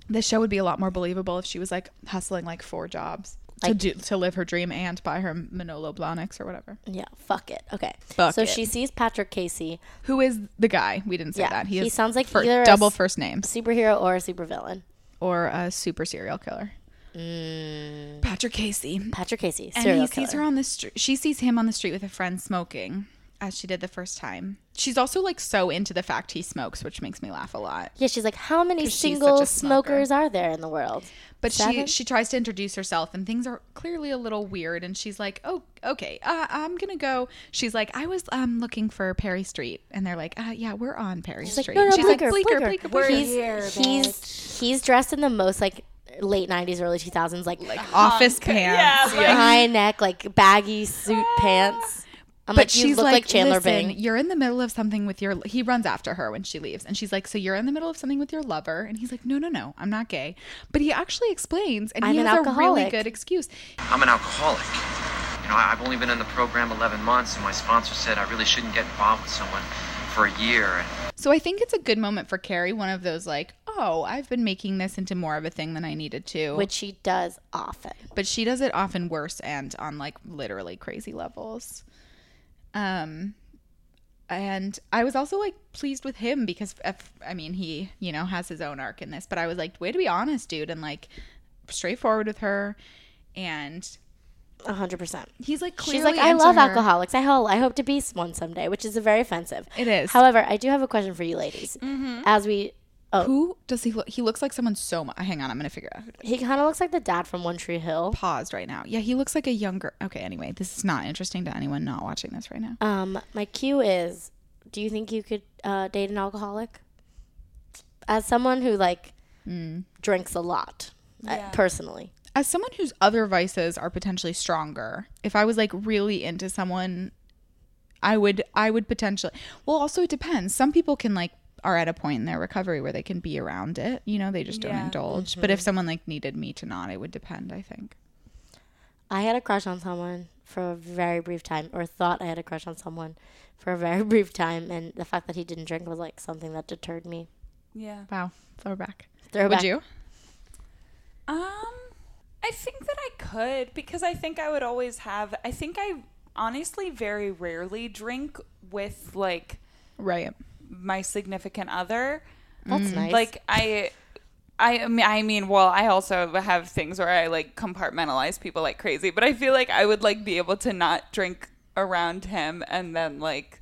the show would be a lot more believable if she was like hustling like four jobs to do, to live her dream and buy her Manolo Blahniks or whatever. Yeah, fuck it. Okay. Fuck so it. she sees Patrick Casey, Who is the guy? We didn't say Yeah, that. he is sounds like fir- either a double s- first names superhero or a supervillain. or a super serial killer. Mm. Patrick Casey. Patrick Casey, And serial he sees her on the street. She sees him on the street with a friend smoking, as she did the first time. She's also like so into the fact he smokes, which makes me laugh a lot. Yeah, she's like, how many 'Cause she's such a single smoker. smokers are there in the world? But she Seven? she tries to introduce herself, and things are clearly a little weird. And she's like, "Oh, okay, uh, I'm gonna go." She's like, "I was um looking for Perry Street," and they're like, uh, "Yeah, we're on Perry She's like, Street." no, no, she's bleaker, like, bleaker, "Bleaker, bleaker, bleaker." He's he's he's dressed in the most like late '90s, early 2000s, like, Office pants. high neck, like baggy suit pants. I'm Ah. But like, you she's look like, like, Chandler Listen, Bing. You're in the middle of something with your. He runs after her when she leaves, and she's like, "So you're in the middle of something with your lover?" And he's like, "No, no, no, I'm not gay." But he actually explains, and I'm he an has a really alcoholic. good excuse. I'm an alcoholic. You know, I- I've only been in the program 11 months, and my sponsor said I really shouldn't get involved with someone for a year. So I think it's a good moment for Carrie. One of those like, "Oh, I've been making this into more of a thing than I needed to," Which she does often. but she does it often worse and on like literally crazy levels. Um and I was also like pleased with him because if, I mean he, you know, has his own arc in this, but I was like way to be honest, dude, and like straightforward with her and 100%. he's like clearly She's like, I into love her." alcoholics. I hope, I hope to be one someday, which is very offensive. It is. Mm-hmm. However, I do have a question for you ladies. As we, oh, Who does he look? He looks like someone so much. Hang on, I'm gonna figure out. who- he kind of looks like the dad from One Tree Hill. Paused right now. Yeah, he looks like a younger. Okay, anyway, this is not interesting to anyone not watching this right now. Um, my cue is, do you think you could uh, date an alcoholic? As someone who like Mm. drinks a lot, uh, personally, as someone whose other vices are potentially stronger, if I was like really into someone, I would I would potentially. Well, also it depends. Some people can like are at a point in their recovery where they can be around it. You know, they just don't indulge. But if someone like needed me to not, it would depend. I think. I had a crush on someone for a very brief time, or thought I had a crush on someone for a very brief time, and the fact that he didn't drink was like something that deterred me. Yeah. Wow, throwback. Throwback. Would you? Um, I think that I could because I think I would always have. I think I honestly very rarely drink with like Right. my significant other. That's nice. Like I. I mean, I mean, well, I also have things where I like compartmentalize people like crazy, but I feel like I would like be able to not drink around him and then like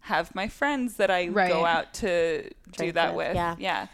have my friends that I Right. go out to do Drink that with, with. yeah. Yeah.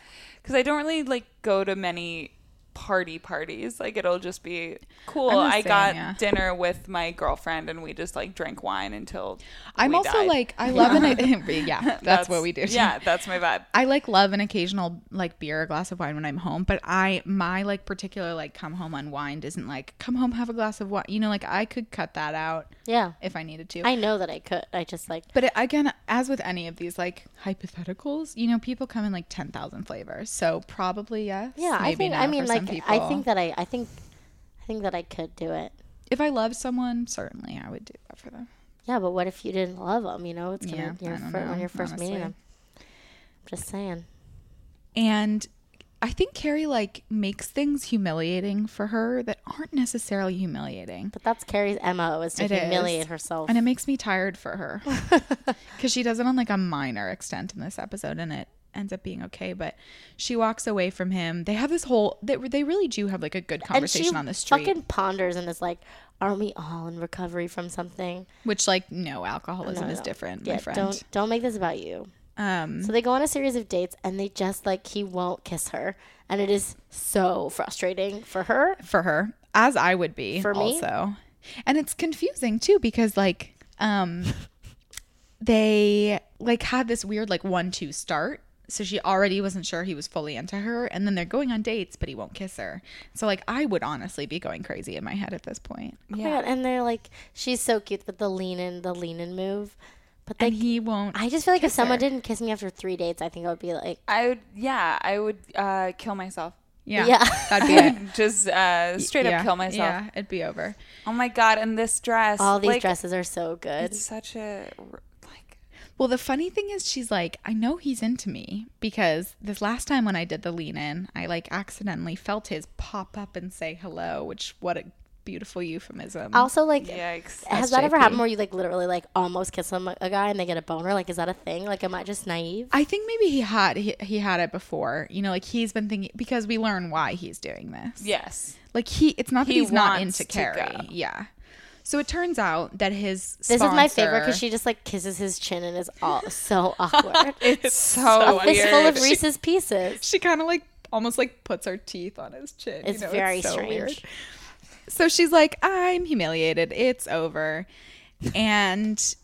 Cuz I don't really like go to many party parties. Like it'll just be cool. I'm the I same, got yeah. dinner with my girlfriend and we just like drank wine until I'm we also died. like I love an yeah. That's, what we do. Yeah, that's my vibe. I like love an occasional like beer or glass of wine when I'm home, but I my like particular like come home unwind isn't like come home have a glass of wine. You know, like I could cut that out yeah, if I needed to. I know that I could. I just like but it, again, as with any of these like hypotheticals, you know, people come in like ten thousand flavors, so probably yes. Yeah, I maybe think. no I for mean, some like, I people. think that I, I think, I think that I could do it. if I love someone, certainly I would do that for them. Yeah, but what if you didn't love them? You know, it's gonna Yeah, your I don't fir- know, when you're first honestly. meeting them. Just saying. And I think Carrie like makes things humiliating for her that aren't necessarily humiliating. But that's Carrie's mo is to It is. humiliate herself. And it makes me tired for her. Because she does it on like a minor extent in this episode and it ends up being okay. But she walks away from him. They have this whole, they, they really do have like a good And she conversation on the street. fucking ponders and is like, "Aren't we all in recovery from something?" which, like, no, alcoholism No, is no. different, Yeah, my friend. don't don't make this about you. Um, So they go on a series of dates, and they just like he won't kiss her, and it is so frustrating for her. for her, as I would be For me? also. And it's confusing too because, like, um, they like had this weird like one two start so she already wasn't sure he was fully into her and then they're going on dates but he won't kiss her so like i would honestly be going crazy in my head at this point Oh my God, and they're like, she's so cute, but the lean in, the lean in move. But like, and he won't I just feel like if someone didn't kiss me after three dates, I think I would be like, I would yeah, I would uh kill myself. yeah, Yeah. that'd be it Just uh straight Yeah, up kill myself. yeah it'd be over Oh my god, and this dress. all these like, dresses are so good. It's such a r- like well the funny thing is she's like i know he's into me because this last time when i did the lean in i like accidentally felt his pop up and say hello which what a beautiful euphemism. Also, like, Yikes. has that ever happened where you like literally like almost kiss some a guy and they get a boner? Like, is that a thing? Like, am I just naive? I think maybe he had he, he had it before. You know, like he's been thinking because we learn why he's doing this. Yes. Like he it's not that He he's not wants into to Carrie. go. Yeah. So it turns out that his This is my favorite because sponsor- she just like kisses his chin and is all so awkward. It's so a weird. fistful of Reese's pieces. she kind of like almost like puts her teeth on his chin. It's you know, very so strange. weird. So she's like, I'm humiliated. It's over. And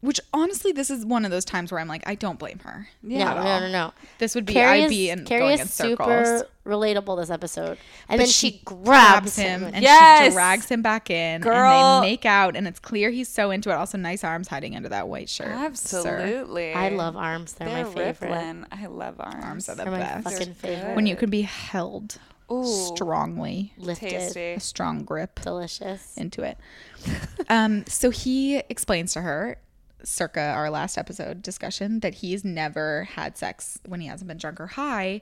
which honestly, this is one of those times where I'm like, I don't blame her. No, no, no, no. This would be Carrie I'd be is, in, Carrie going is in circles. super relatable this episode, But and then she, grabs, him. and Yes! she drags him back in. Girl. and they make out, and it's clear he's so into it. Also, nice arms hiding under that white shirt. sir. Absolutely. I love arms. They're, They're my favorite. rippling. I love arms. Arms are the They're my best. fucking favorite. When you can be held Ooh, strongly, Lifted, a tasty. strong grip delicious. into it. um, so he explains to her, circa our last episode discussion, that he's never had sex when he hasn't been drunk or high.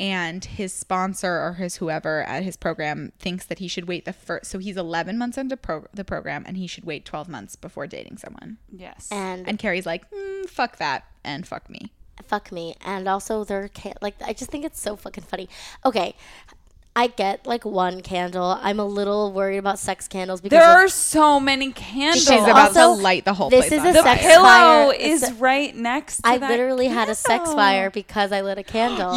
And his sponsor or his whoever at his program thinks that he should wait the first. So he's 11 months into pro- the program and he should wait 12 months before dating someone. Yes. And And Carrie's like, mm, fuck that and fuck me. fuck me and also there can't like i just think it's so fucking funny okay i get like one candle i'm a little worried about sex candles because There of- are so many candles. She's about to Also, light the whole this place is on a the sex fire. pillow fire. is It's- right next to i that literally had a sex candle. fire because i lit a candle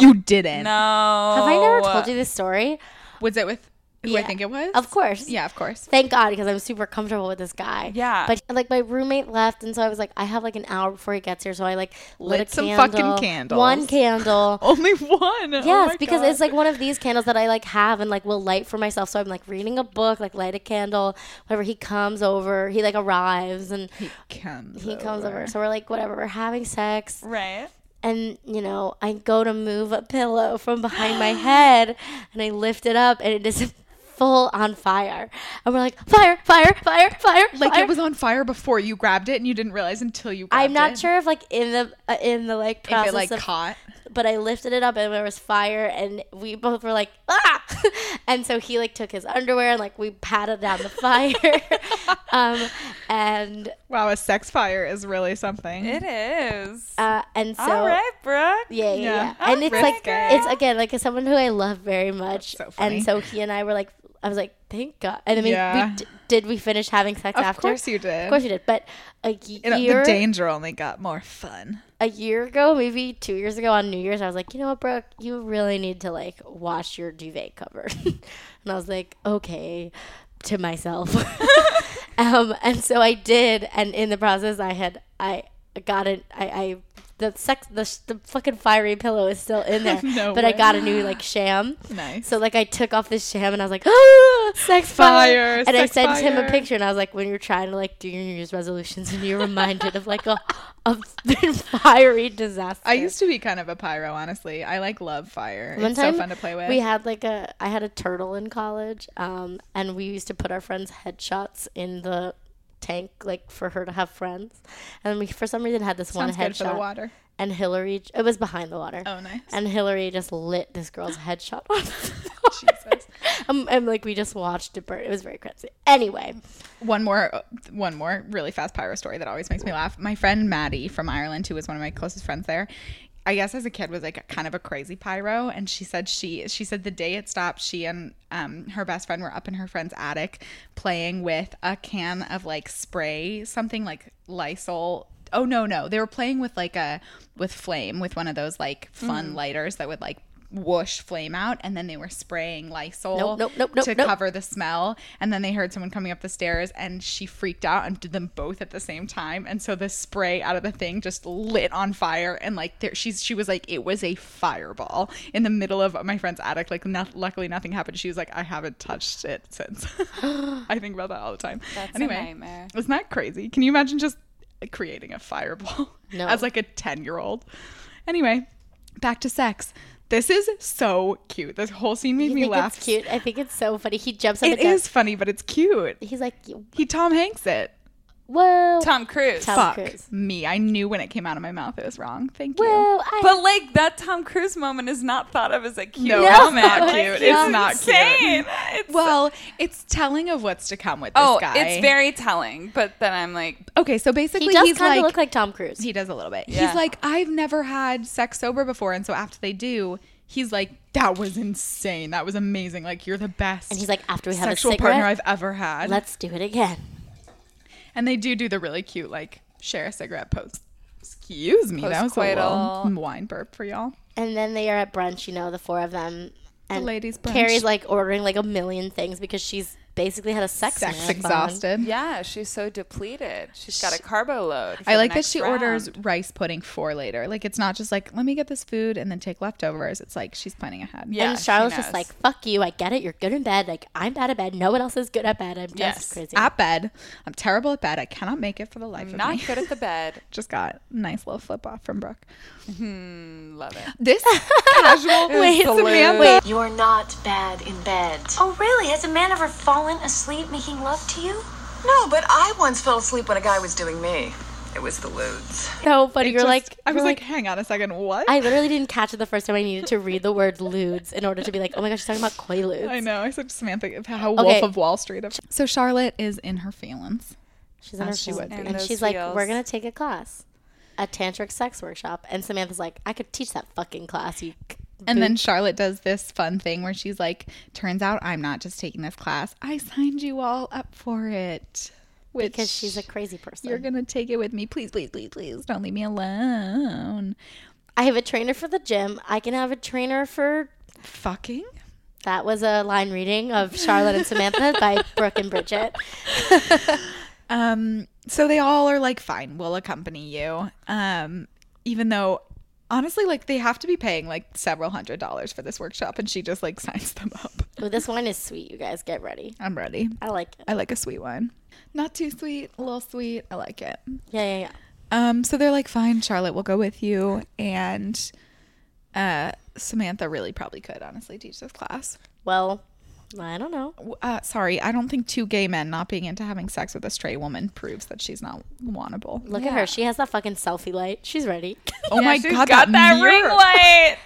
You didn't. No. have Have i never told you this story Was it with who I Yeah. think it was? of course Yeah, of course. thank god because i'm super comfortable with this guy Yeah. but like my roommate left and so i was like i have like an hour before he gets here so i like lit, Lit a some candle, fucking candles. one candle Only one. Oh Yes, my because God. it's like one of these candles that I like have and like will light for myself. So I'm like reading a book, like light a candle, whatever. He comes over, he like arrives and he, comes. comes over. So we're like, whatever, we're having sex. Right. And, you know, I go to move a pillow from behind my head and I lift it up and it is full on fire. And we're like, fire, fire, fire, fire. like fire. it was on fire before you grabbed it and you didn't realize until you. Grabbed I'm not it. sure if like in the uh, in the like if process it like of caught. but I lifted it up and there was fire and we both were like ah and so he like took his underwear and like we patted down the fire um and Wow, a sex fire is really something. It is. uh and so All right, Brooke. yeah, yeah, yeah. Yeah. Oh, and it's Alright, like girl. it's again like as someone who I love very much so funny. and so he and I were like I was like thank god and I mean Yeah. we d- did we finish having sex Of after course you did. of course you did but a year You know, the danger only got more fun. a year ago, maybe two years ago on New Year's, I was like, you know what, Brooke, you really need to like wash your duvet cover. and I was like, okay, to myself. um, and so I did, and in the process, I had I got it. I, I the sex the, sh- the fucking fiery pillow is still in there, No but I way. got a new like sham. Nice. So like I took off this sham and I was like, ah, sex Fire, fire. and I sex sent him a fire. picture and I was like, when you're trying to like do your New Year's resolutions and you're reminded of like a, a fiery disaster. I used to be kind of a pyro, honestly. I like love fire. One it's time so fun to play with. We had like a I had a turtle in college, um, and we used to put our friends' headshots in the tank, like for her to have friends. And we for some reason had this Sounds one good for the headshot. water. And Hillary, it was behind the water. Oh, nice. And Hillary just lit this girl's headshot on. Jesus. um, and like we just watched it burn. It was very crazy. Anyway, one more one more really fast pyro story that always makes me laugh my friend maddie from ireland who was one of my closest friends there i guess as a kid was like a, kind of a crazy pyro and she said she she said the day it stopped she and um, her best friend were up in her friend's attic playing with a can of like spray something like lysol oh no no they were playing with like a with flame with one of those like Mm. fun lighters that would like whoosh flame out and then they were spraying lysol nope, nope, nope, to nope. cover the smell. And then they heard someone coming up the stairs and she freaked out and did them both at the same time. And so the spray out of the thing just lit on fire. And like there, she's, she was like, it was a fireball in the middle of my friend's attic. Like not, luckily nothing happened. She was like, I haven't touched it since. I think about that all the time. That's anyway, nightmare. Isn't that crazy? Can you imagine just creating a fireball No. as like a 10 year old? Anyway, back to sex. This is so cute. This whole scene made you me think laugh. it's cute. I think it's so funny. He jumps up. It and down. is funny, but it's cute. He's like, He Tom Hanks it. Whoa. Tom Cruise. Tom Fuck Cruise. me. I knew when it came out of my mouth it was wrong. Thank you. Whoa. I, But like that Tom Cruise moment is not thought of as a cute No, moment. it's not cute. It's It's not cute. insane. It's well, it's telling of what's to come with this oh, guy. it's very telling. But then I'm like, okay. So basically, he does he's kind of like, look like Tom Cruise. he does a little bit. Yeah. He's like, I've never had sex sober before, and so after they do, he's like, that was insane. That was amazing. Like you're the best. and he's like, after we have a sexual cigarette, partner I've ever had. let's do it again. and they do do the really cute like share a cigarette post. Excuse me, that was a Postcoital. little wine burp for y'all. And then they are at brunch, you know, the four of them. And ladies' brunch. Carrie's like ordering like a million things because she's basically had a sex, Sex marathon. exhausted. yeah, she's so depleted. She's got a carbo load. for I the like that next she round. orders rice pudding for later. Like it's not just like let me get this food and then take leftovers. It's like she's planning ahead. Yeah, and she Charlotte's just knows. like, fuck you. I get it. You're good in bed. Like, I'm bad at bed. No one else is good at bed. I'm just Yes. crazy. At bed, I'm terrible at bed. I cannot make it for the life of not me. good at the bed. Just got a nice little flip off from Brooke. Hmm, Love it. This casual Wait, Samantha. wait. You are not bad in bed. Oh, really? Has a man ever fallen asleep making love to you? No, but I once fell asleep when a guy was doing me. It was the lewds. So funny. You're Just- like, I was you're like, hang on a second, what? I literally didn't catch it the first time I needed to read the word lewds in order to be like, oh my gosh, she's talking about quaaludes. I know. I said Samantha, how Okay. Wolf of Wall Street. of- So Charlotte is in her feelings. She's on her As she phone. would be. And And she's those like, we're feels. going to take a class, a tantric sex workshop. And Samantha's like, I could teach that fucking class. You. c- And then Charlotte does this fun thing where she's like, turns out I'm not just taking this class. I signed you all up for it. Which Because she's a crazy person. You're going to take it with me. Please, please, please, please. Don't leave me alone. I have a trainer for the gym. I can have a trainer for. Fucking. That was a line reading of Charlotte and Samantha by Brooke and Bridget. Um, so they all are like, fine, we'll accompany you. Um, even though honestly, like they have to be paying like several hundred dollars for this workshop and she just like signs them up. Ooh, this wine is sweet. You guys get ready. I'm ready. I like it. I like a sweet one. Not too sweet, a little sweet. I like it. Yeah, yeah, yeah. Um, so they're like, fine, Charlotte, we'll go with you. And uh, Samantha really probably could honestly teach this class. Well, I don't know. W- Uh, sorry, I don't think two gay men not being into having sex with a stray woman proves that she's not wantable. Look at her. She has that fucking selfie light. She's ready. Oh my She's god, got that mirror. ring light.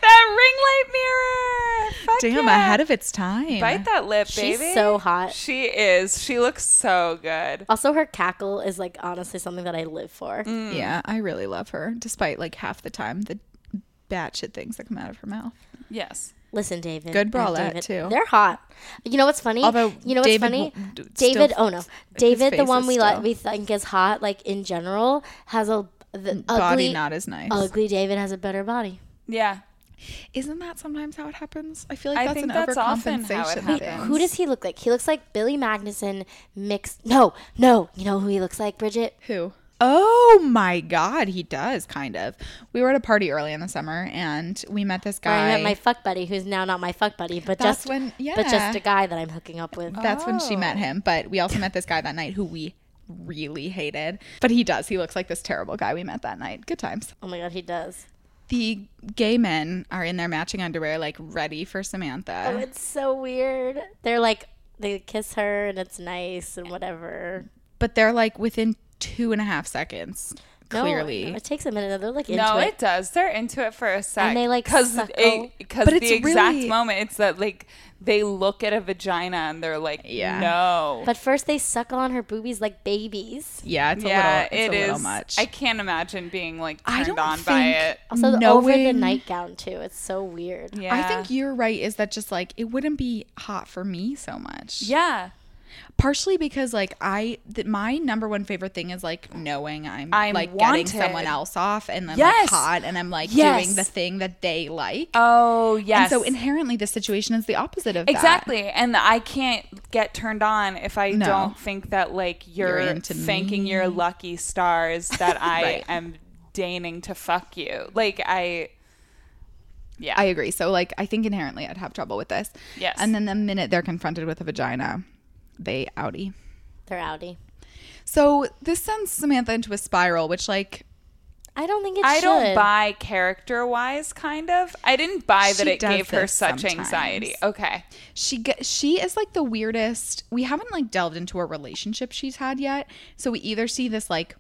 That ring light mirror. Fuck Damn, yeah. ahead of its time. Bite that lip, She's baby. so hot. She is. She looks so good. Also, her cackle is like honestly something that I Mm. live for. Yeah, I really love her, despite like half the time the batshit things that come out of her mouth. Yes. Listen, David. Good and bralette, David, too. They're hot. You know what's funny? Although you know what's David funny? w- d- still- David. Oh no, David, the face one is we li- still- we think is hot, like in general, has a the Body ugly, not as nice. Ugly David has a better body. Yeah. Isn't that sometimes how it happens? I feel like I that's think an that's often overcompensation how it thing. happens. Who does he look like? He looks like Billy Magnuson mixed. No, no. You know who he looks like, Bridget? Who? Oh my God, he does kind of. We were at a party early in the summer, and we met this Where I guy. met my fuck buddy, who's now not my fuck buddy, but That's just when- but yeah. just a guy that I'm hooking up with. that's when she Oh. met him, but we also met this guy that night who we really hated. But he does. He looks like this terrible guy we met that night. Good times. Oh my god, he does. The gay men are in their matching underwear, like ready for Samantha. Oh, it's so weird. They're like they kiss her and it's nice and whatever. but they're like within two and a half seconds. No, Clearly, it takes a minute. They're like into No, it. it does. They're into it for a sec. And they, like, because suckle. because But the it's exact really- moment it's that like they look at a vagina and they're like, Yeah. no. But first, they suckle on her boobies like babies. yeah, it's yeah, a little, it's it a little is- much. I can't imagine being like I don't turned on by think- it. Also, the- over the Knowing- nightgown too. It's so weird. Yeah. I think you're right. Is that just like it wouldn't be hot for me so much? Yeah. partially because like I, th- my number one favorite thing is like knowing I'm, I'm like wanted. getting someone else off, and then like Yes. hot, and I'm like Yes. doing the thing that they like. Oh yes. And so inherently, the situation is the opposite of that. Exactly. And I can't get turned on if I No. don't think that like You're you're, into thanking your lucky stars that I am deigning to fuck you. Like I Yeah. I agree. So like I think inherently I'd have trouble with this. Yes. And then the minute they're confronted with a vagina, they outie. They're outie. So this sends Samantha into a spiral, which like I don't think it I should. don't buy character wise, kind of. I didn't buy that She it does gave her this such sometimes. anxiety. Okay. she ge- she is like the weirdest we haven't like delved into a relationship she's had yet so we either see this like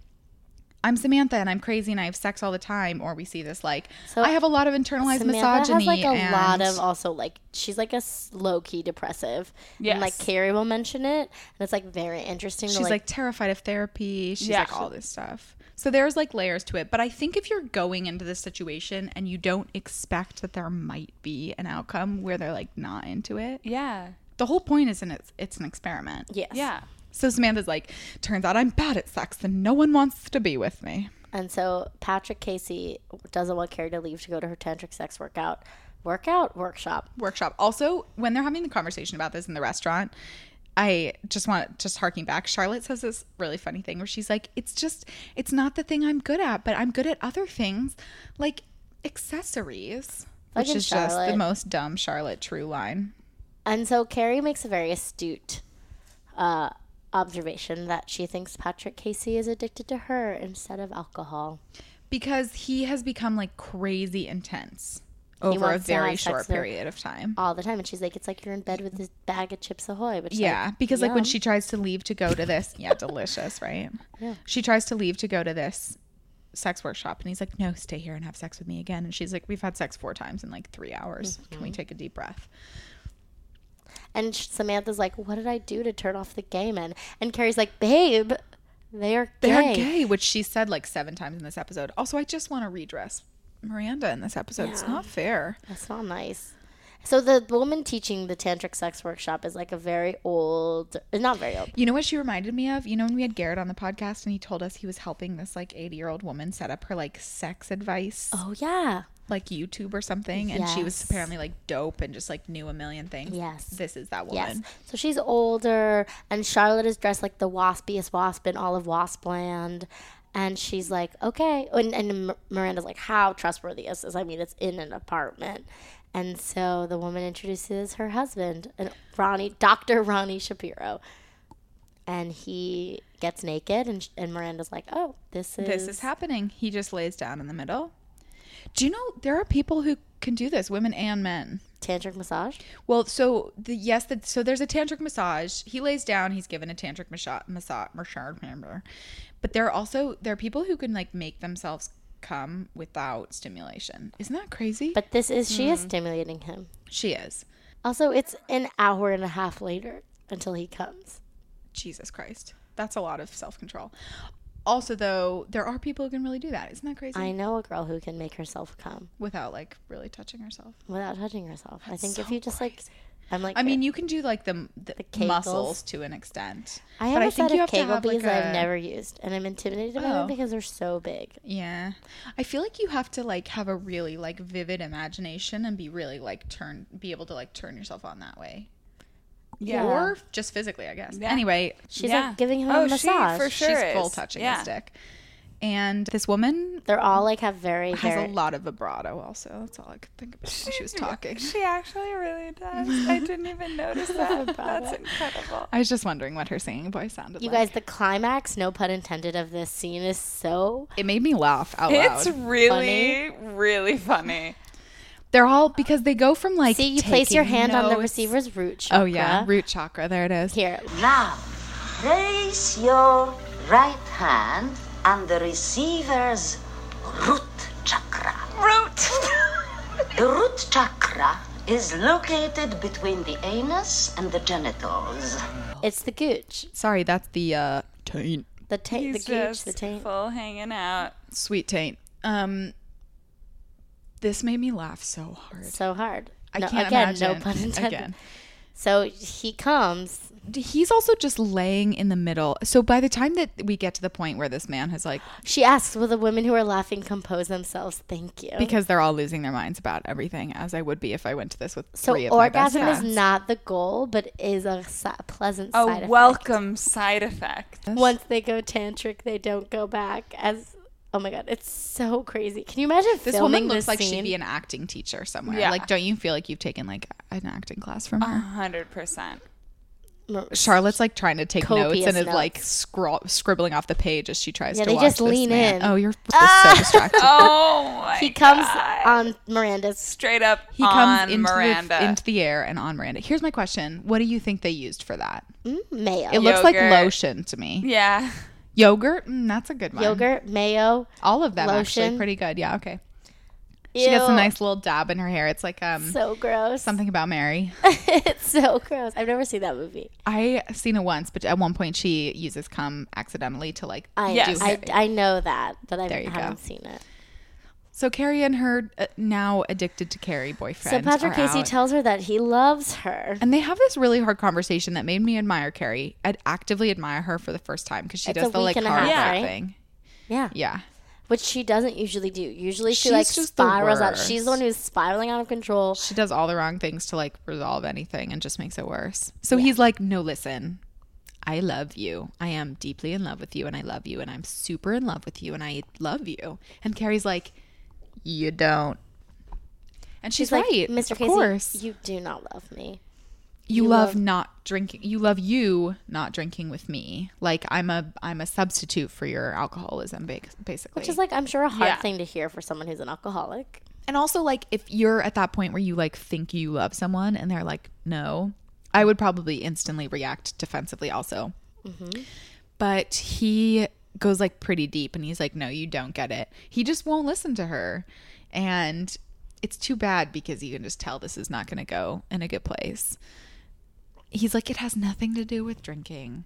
i'm samantha and i'm crazy and i have sex all the time or we see this like So i have a lot of internalized Samantha misogyny has like a and lot of also like she's like a low key depressive. And like Yes. Carrie will mention it, and it's like very interesting. she's to, like, like terrified of therapy she's Yeah. like all this stuff so there's like layers to it but i think if you're going into this situation and you don't expect that there might be an outcome where they're like not into it Yeah. the whole point is in it's, it's an experiment yes, Yeah. so samantha's like turns out i'm bad at sex and no one wants to be with me And so Patrick Casey doesn't want Carrie to leave to go to her tantric sex workout, workout workshop. workshop. Also, when they're having the conversation about this in the restaurant, I just want just harking back. Charlotte says this really funny thing where she's like, "It's just, it's not the thing I'm good at, but I'm good at other things, like accessories." which Fucking is just the Charlotte. most dumb Charlotte true line. And so Carrie makes a very astute uh, observation that she thinks Patrick Casey is addicted to her instead of alcohol. Because he has become like crazy intense over a wants to very have sex short with her. period of time. all the time and she's like it's like you're in bed with this bag of chips ahoy which Yeah, because like when yum. she tries to leave to go to this, yeah, delicious, right? Yeah. She tries to leave to go to this sex workshop, and he's like, "No, stay here and have sex with me again." And she's like, "We've had sex four times in like three hours. Can we take a deep breath?" and sh- samantha's like what did i do to turn off the gay men and carrie's like babe they are gay, They're gay, which she said like seven times in this episode. Also, I just want to redress Miranda in this episode. It's not fair. that's not nice so the woman teaching the tantric sex workshop is like a very old not very old You know what she reminded me of? You know when we had Garrett on the podcast and he told us he was helping this like 80-year-old woman set up her like sex advice oh yeah like YouTube or something, and she was Yes. apparently like dope and just like knew a million things. Yes. this is that yes woman. so she's older and charlotte is dressed like the waspiest wasp in all of waspland and she's like okay and, and Mi- miranda's like how trustworthy is this i mean it's in an apartment and so the woman introduces her husband and ronnie dr ronnie shapiro and he gets naked and, sh- and miranda's like oh this is This is happening. He just lays down in the middle. Do you know there are people who can do this, women and men? tantric massage Well, so the yes, the, so there's a tantric massage. He lays down. He's given a tantric massage, massage, remember. But there are also there are people who can like make themselves come without stimulation. Isn't that crazy? but this is she is Mm-hmm. stimulating him she is. also it's an hour and a half later until he comes Jesus Christ, that's a lot of self control. Also, though, there are people who can really do that. Isn't that crazy? I know a girl who can make herself come without like really touching herself. without touching herself. I think if you just like, I'm like, I mean, you can do like the, the, kegels. muscles to an extent. I but have a set of cable bees a- I've never used, and I'm intimidated by Oh. them because they're so big. Yeah, I feel like you have to like have a really like vivid imagination and be really like turn be able to like turn yourself on that way. Yeah. Or just physically, I guess. Anyway, She's Yeah. like giving him Oh, a she massage. for sure. she's is. full touching Yeah. a stick. And this woman They're all like have very has a very. lot of vibrato also. That's all I could think about when she was talking. She actually really does. I didn't even notice that. That's incredible. I was just wondering what her singing voice sounded You like. guys, the climax, no pun intended, of this scene is so. it made me laugh out loud. It's really, really funny. They're all because they go from like See, you place your taking hand on the notes- receiver's root. Oh yeah, chakra. root chakra. There it is. Here, Now, place your right hand on the receiver's root chakra. Root. The root chakra is located between the anus and the genitals. it's the gooch, Sorry, that's the uh, taint, the taint, the He's gooch, just the taint. full hanging out. sweet taint. Um, this made me laugh so hard. So hard. I no, can't again, imagine. no pun intended. Again. So he comes He's also just laying in the middle. So by the time that we get to the point where this man has like, She asks, "Will the women who are laughing compose themselves?" Thank you. because they're all losing their minds about everything, as I would be if I went to this with so three of my best orgasm is friends. not the goal, but is a sa- pleasant A side effect. Oh, welcome side effect. Once they go tantric, they don't go back. As oh my god, it's so crazy. Can you imagine This filming woman looks this like scene? she'd be an acting teacher somewhere. Yeah. Uh, Like, don't you feel like you've taken like an acting class from her? hundred percent. Charlotte's like trying to take notes Copious and is like notes. scraw- scribbling off the page as she tries Yeah, to they watch just this lean man. in. Ah! Oh, you're so distracted. Oh my he comes God. on Miranda's. straight up. He comes on into Miranda. The, into the air and on Miranda. Here's my question. What do you think they used for that? Mm, mayo. It looks like Yogurt. lotion to me. yeah. Yogurt? Mm, that's a good one. Yogurt, mayo. All of them Lotion. actually pretty good. Yeah, okay. She gets a Ew, nice little dab in her hair. It's like um So gross. something about Mary. it's so gross. I've never seen that movie. I seen it once, but at one point she uses cum accidentally to like I, Yes. I, I know that, but I There you haven't go. seen it. So Carrie and her uh, now addicted to Carrie So boyfriend. Patrick are Casey out. tells her that he loves her. and they have this really hard conversation that made me admire Carrie. I'd actively admire her for the first time because she It's does a the week like and a car half, wreck right? thing. Yeah. Yeah. Which she doesn't usually do. Usually she She's like just the spirals out. She's the one worst. who's spiraling out of control. She does all the wrong things to like resolve anything and just makes it worse. So he's like, no, listen, I love you. I am deeply in love with you and I love you and I'm super in love with you and I love you. And Carrie's like, you don't. And she's, She's like, right. Mr. Of Casey, course. you do not love me. you, You love, love- not drinking you love you not drinking with me like i'm a i'm a substitute for your alcoholism ba- basically Which is like, I'm sure a hard Yeah. thing to hear for someone who's an alcoholic. and also like if you're at that point where you like think you love someone and they're like no i would probably instantly react defensively also Mm-hmm. but he goes like pretty deep and he's like no you don't get it he just won't listen to her and it's too bad because you can just tell this is not going to go in a good place he's like it has nothing to do with drinking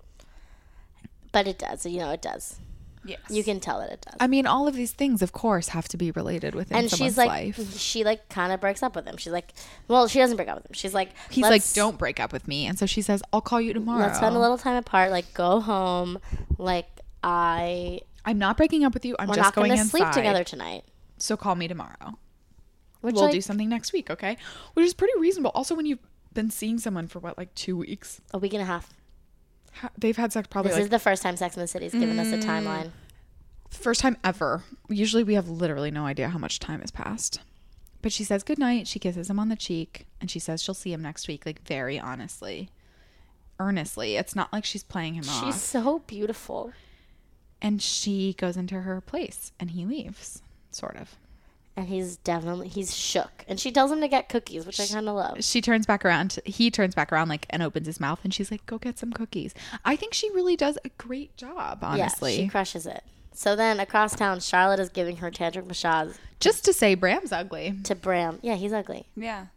But it does. You know, it does. Yes. You can tell that it does. I mean, all of these things, of course, have to be related within and someone's she's like, "Mm, life. she like kind of breaks up with him. She's like, well, she doesn't break up with him. She's like, He's "Let's- like, "Don't break up with me," and so she says, "I'll call you tomorrow." Let's spend a little time apart. Like, go home. Like, I I'm not breaking up with you. I'm we're just not going going to inside. sleep together tonight. So call me tomorrow. Which we'll like, do something next week, okay? Which is pretty reasonable. Also, when you've been seeing someone for what, like two weeks, a week and a half. Ha- they've had sex probably This like Mm. is the first time Sex and the City's given us a timeline. first time ever. Usually, we have literally no idea how much time has passed. But she says goodnight. She kisses him on the cheek, and she says she'll see him next week. Like very honestly, earnestly. It's not like she's playing him off. She's so beautiful. and she goes into her place and he leaves sort of And he's definitely he's shook. And she tells him to get cookies, which I kinda love. she turns back around he turns back around like and opens his mouth and she's like go get some cookies i think she really does a great job honestly Yeah, she crushes it. So then across town, Charlotte is giving her tantric massage just to say bram's ugly to Bram. Yeah, he's ugly. Yeah.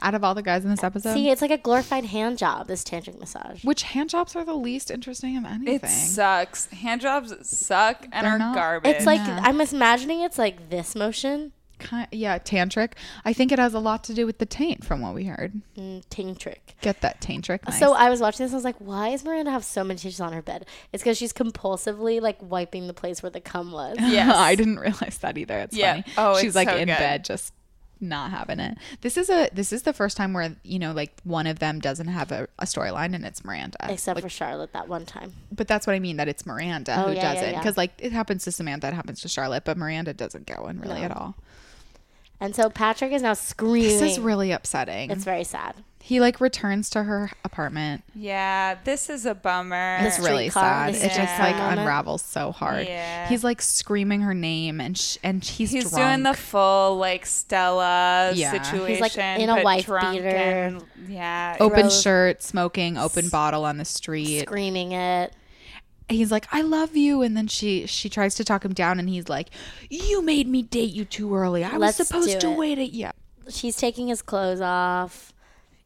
out of all the guys in this episode See, it's like a glorified hand job, this tantric massage. which hand jobs are the least interesting of anything It sucks. Hand jobs suck and They're are not- garbage. It's like I'm imagining it's like this motion. Ki- yeah tantric i think it has a lot to do with the taint from what we heard Mm, ting trick. get that tantric nice. So I was watching this. I was like, "Why is Miranda have so many tissues on her bed?" It's because she's compulsively like wiping the place where the cum was. yes. I didn't realize that either. It's Yeah. funny. Oh, she's it's like so in good. bed, just not having it. This is a this is the first time where you know like one of them doesn't have a, a storyline and it's Miranda. Except for Charlotte that one time. but that's what I mean that it's Miranda Oh, who yeah, yeah, does it yeah. because like it happens to Samantha, it happens to Charlotte, but Miranda doesn't get one really No. at all. And so Patrick is now screaming. This is really upsetting. It's very sad. he like returns to her apartment. yeah, this is a bummer. The It's really streetcar, sad. the It just streetcar like moment. unravels so hard. Yeah. He's like screaming her name and sh- and he's, He's doing drunk. the full like Stella Yeah. He's, situation. like, in a but wife drunk beater. and- yeah. open throws- shirt, smoking, open bottle on the street. Screaming it. he's like i love you and then she she tries to talk him down and he's like you made me date you too early i Let's was supposed do to it." wait a yeah She's taking his clothes off.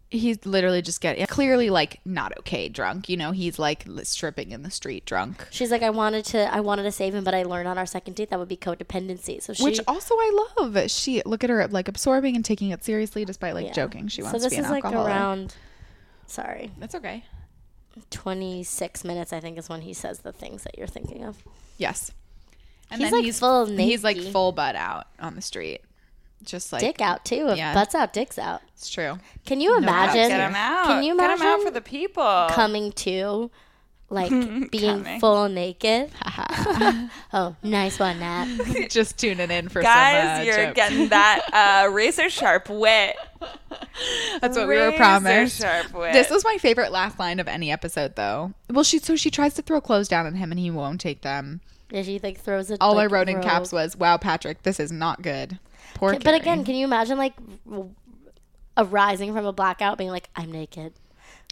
he's literally just getting clearly like not okay drunk you know he's like li- stripping in the street drunk She's like, I wanted to, I wanted to save him, but I learned on our second date that would be codependency. So she, which also i love she look at her like absorbing and taking it seriously despite like joking she so wants this to be is an like alcoholic around, sorry, that's okay twenty six minutes. I think is when he says the things that you're thinking of. yes and He's, like, full he's like naked. full butt out on the street just like Dick out too. If yeah. Butts out, dicks out. it's true Can you imagine? Get him out. Can you Get imagine him out for the people. coming to, like being full naked? oh, nice one, Nat. just tuning in for Guys, some, uh, you're jokes. getting that uh, razor sharp wit. That's what we were Razor promised. sharp wit. This was my favorite last line of any episode, though. Well, she so she tries to throw clothes down at him, and he won't take them. Yeah, she like throws it. All like, I wrote in robe. caps was, "Wow, Patrick, this is not good." Poor. But again, Carrie. can you imagine like w- arising from a blackout, being like, "I'm naked."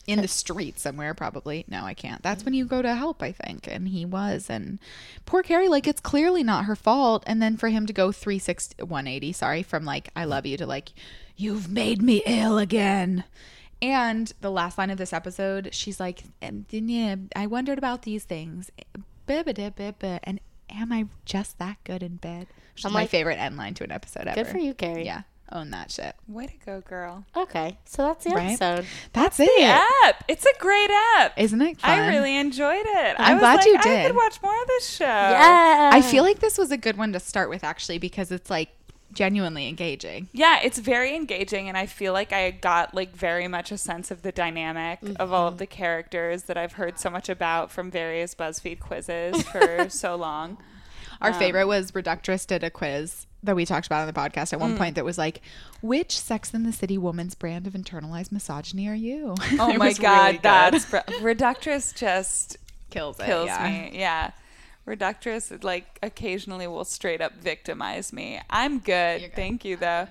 in the street somewhere, probably. No, I can't. That's when you go to help, I think. And he was, and poor Carrie. Like it's clearly not her fault. And then for him to go 360, 180, sorry, from like "I love you" to like "You've made me ill again." And the last line of this episode, she's like, "And then, yeah, "I wondered about these things." Ba, ba, da, ba, ba. And am I just that good in bed? Which is I'm my like- favorite end line to an episode ever. Good for you, Carrie. Yeah, own that shit. Way to go, girl. Okay, so that's the Right? episode. That's it, App. It's a great app. isn't it? Fun? I really enjoyed it. I I'm was glad like, you I did. could watch more of this show. Yeah, I feel like this was a good one to start with actually because it's like genuinely engaging. Yeah, it's very engaging, and I feel like I got like very much a sense of the dynamic of Mm-hmm. all of the characters that I've heard so much about from various BuzzFeed quizzes for so long. Our favorite was Reductress did a quiz that we talked about on the podcast at Mm. one point that was like, which Sex in the City woman's brand of internalized misogyny are you? Oh It my was god, really good. that's br- Reductress just kills it, kills yeah. me. Yeah. Reductress like occasionally will straight up victimize me. I'm good. Thank you though.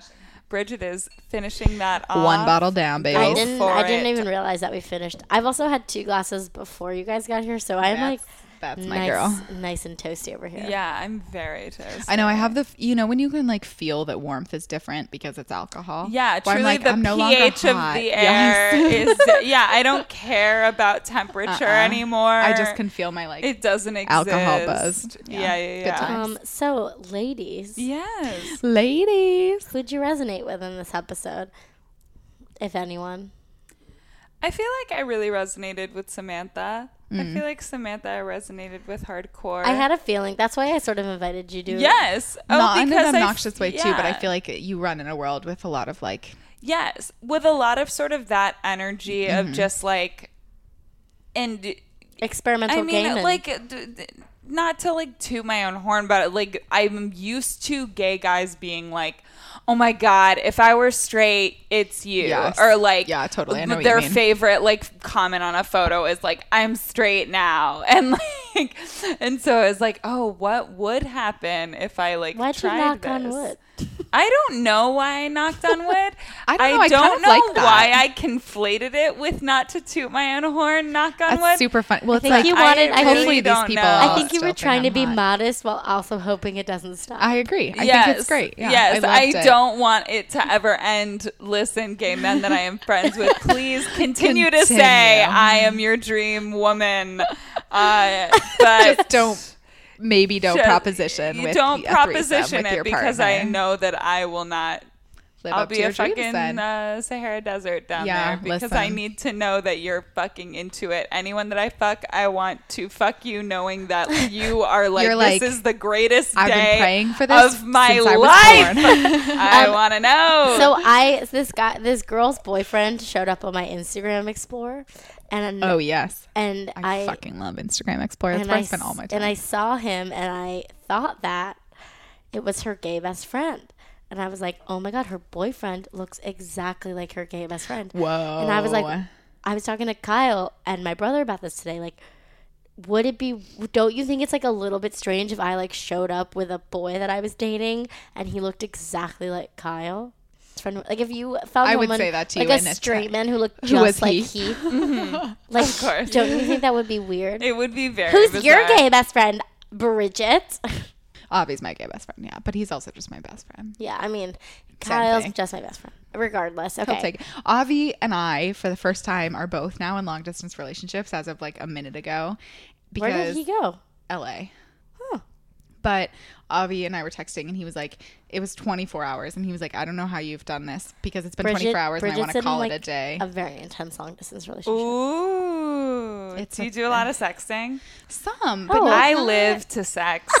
Bridget is finishing that off. One bottle down, baby. I go didn't. for I didn't it. even realize that we finished. I've also had two glasses before you guys got here, so I'm like, That's my nice, girl. nice and toasty over here. Yeah, I'm very toast. I know I have the f- you know when you can like feel that warmth is different because it's alcohol. Yeah, Where truly the pH of hot. the Yes. Uh-uh. air is yeah, I don't care about temperature anymore. I just can feel my like it doesn't exist. alcohol buzz. Yeah, yeah, yeah. Good times. Um. So, ladies, Yes. ladies. who'd you resonate with in this episode, if anyone? I feel like I really resonated with Samantha. Mm-hmm. I feel like Samantha I resonated with hardcore. I had a feeling. That's why I sort of invited you to. Yes. Oh, not in because an I f- obnoxious way too, but I yeah. feel like you run in a world with a lot of like Yes, with a lot of sort of that energy Mm-hmm. of just like, and Experimental I mean, game. and- like, d- d- not to like toot my own horn, but like, I'm used to gay guys being like, oh my God, if I were straight, it's you. Yes. Or like, Yeah, totally. I know what you their mean. favorite like comment on a photo is like, I'm straight now. And like, and so it's like, oh, what would happen if I like why'd you tried knock this? on wood? I don't know why I knocked on wood. I don't know. I kind of know like that. why I conflated it with not to toot my own horn, knock on that's wood. super fun. Well, it's think like you wanted- I hopefully really these don't people. know. I think you still were trying to Oh, I'm be hot. modest while also hoping it doesn't stop. I agree. I think it's great. Yeah, yes, I, I, loved it. don't want it to ever end. Listen, gay men that I am friends with, please continue, to say Continue. I am your dream woman. Uh, but Just don't. Maybe don't just- proposition. you with don't a threesome proposition with it your because I partner. know that I will not Live I'll up to be your a dreams fucking then. uh, Sahara Desert down Yeah, there because listen. I need to know that you're fucking into it. Anyone that I fuck, I want to fuck you knowing that you are like, You're like, this is the greatest "I've been day praying for this of my since I was life. born." Um, I want to Oh. know. so I this guy this girl's boyfriend showed up on my Instagram Explorer, and oh yes, and I, I fucking love Instagram Explorer. That's and where I, I spend all my s- time. And I saw him, and I thought that it was her gay best friend. And I was like, oh my god, her boyfriend looks exactly like her gay best friend. Whoa. And I was like, I was talking to Kyle and my brother about this today. Like, would it be? Don't you think it's like a little bit strange if I like showed up with a boy that I was dating and he looked exactly like Kyle? His friend- Like if you found I would someone- say that to like you a in a straight text. man who looked Who was just like he? Heath, like Mm-hmm. course. don't you think that would be weird? it would be very Who's your bizarre. gay best friend? Bridget. Avi's my gay best friend. Yeah, but he's also just my best friend. yeah, I mean, Kyle's thing. just my best friend. Regardless, okay. I'll take it. Avi and I, for the first time, are both now in long distance relationships as of like a minute ago. Where Because did he go? LA. But Avi and I were texting, and he was like, it was 24 hours. And he was like, I don't know how you've done this because it's been 24 hours and I want to Bridget's in, call like, it a day. A very intense long distance relationship. Ooh. It's Do a you do a lot of sexting? Some, Oh, but not- I live to sex.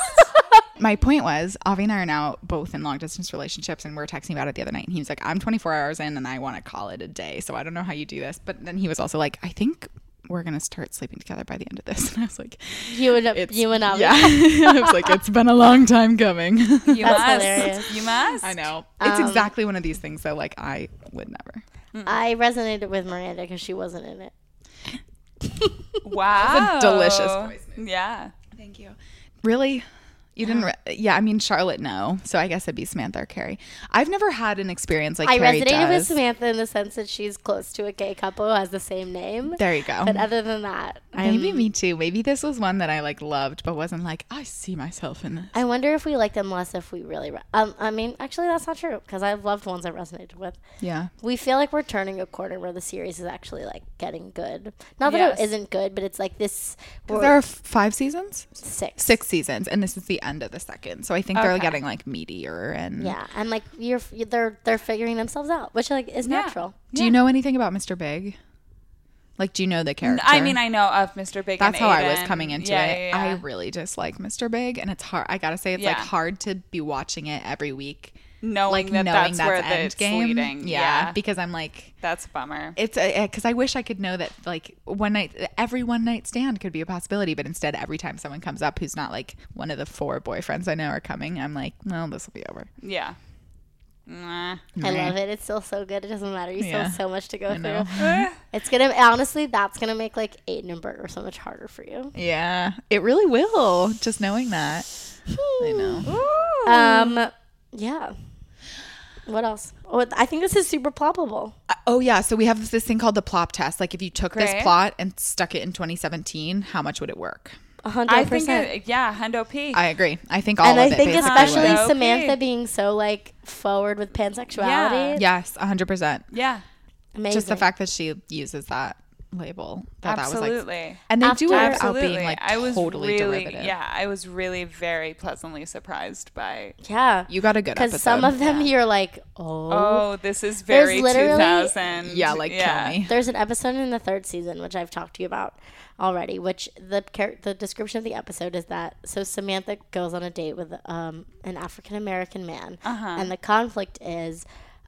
my point was, Avi and I are now both in long distance relationships, and we were texting about it the other night. And he was like, I'm 24 hours in and I want to call it a day. So I don't know how you do this. But then he was also like, I think we're going to start sleeping together by the end of this. And I was like, You and you and Avi. Yeah. I was like, it's been a long time coming. You That's must. hilarious. You must. Um, I know. It's exactly one of these things that, like, I would never. I resonated with Miranda because she wasn't in it. Wow. delicious Oh. voice Yeah. Thank you. Really? You didn't? Re- yeah, I mean Charlotte. No, so I guess it'd be Samantha or Carrie. I've never had an experience like I Carrie resonated with does. Samantha in the sense that she's close to a gay couple who has the same name. There you go. But um, other than that, I'm, Maybe me too. Maybe this was one that I like loved, but wasn't like I see myself in this. I wonder if we like them less if we really. Re- um, I mean, actually, that's not true because I've loved ones I resonated with. yeah, We feel like we're turning a corner where the series is actually like getting good. Not that Yes. it isn't good, but it's like this. because we're- there are f- five seasons, six. six seasons, and this is the end of the second. So I think they're getting like meatier and. Yeah, and like you're, they're they're figuring themselves out, which like is natural. Do you know anything about Mr. Big? Like, do you know the character? I mean, I know of Mr. Big. That's and how I was Aiden. coming into Yeah, it. yeah, yeah. I really dislike Mr. Big, and it's hard. I gotta say, it's like Yeah. hard to be watching it every week, knowing like that knowing that's, that's, where the end it's game. leading. Yeah, Yeah, because I'm like, that's a bummer. it's because I wish I could know that like one night, every one night stand could be a possibility, but instead, every time someone comes up who's not like one of the four boyfriends I know are coming, I'm like, well, this will be over. yeah. Nah. I love it. It's still so good. It doesn't matter. You still Yeah. have so much to go know. through. it's gonna honestly, that's gonna make like Aiden and Burger so much harder for you. Yeah, it really will. Just knowing that, I know. Um, yeah. What else? Oh, I think this is super palpable. Oh yeah, so we have this thing called the plop test. Like if you took Great. this plot and stuck it in 2017, how much would it work? A hundred I think, percent. it, yeah, Hundo P. I agree. I think all And of I it think basically especially was. Okay. Samantha being so like forward with pansexuality. yes, 100%. yeah, Amazing. Just the fact that she uses that label. That That was like, absolutely. and they do it without Absolutely. being like I was totally really, derivative. yeah, I was really very pleasantly surprised by. Yeah. You got a good episode. Because some of them you're like, oh. Oh, this is very literally- 2000. yeah, like kill me. There's an episode in the third season which I've talked to you about already. Which the char- the description of the episode is that so Samantha goes on a date with um, an African American man, and the conflict is.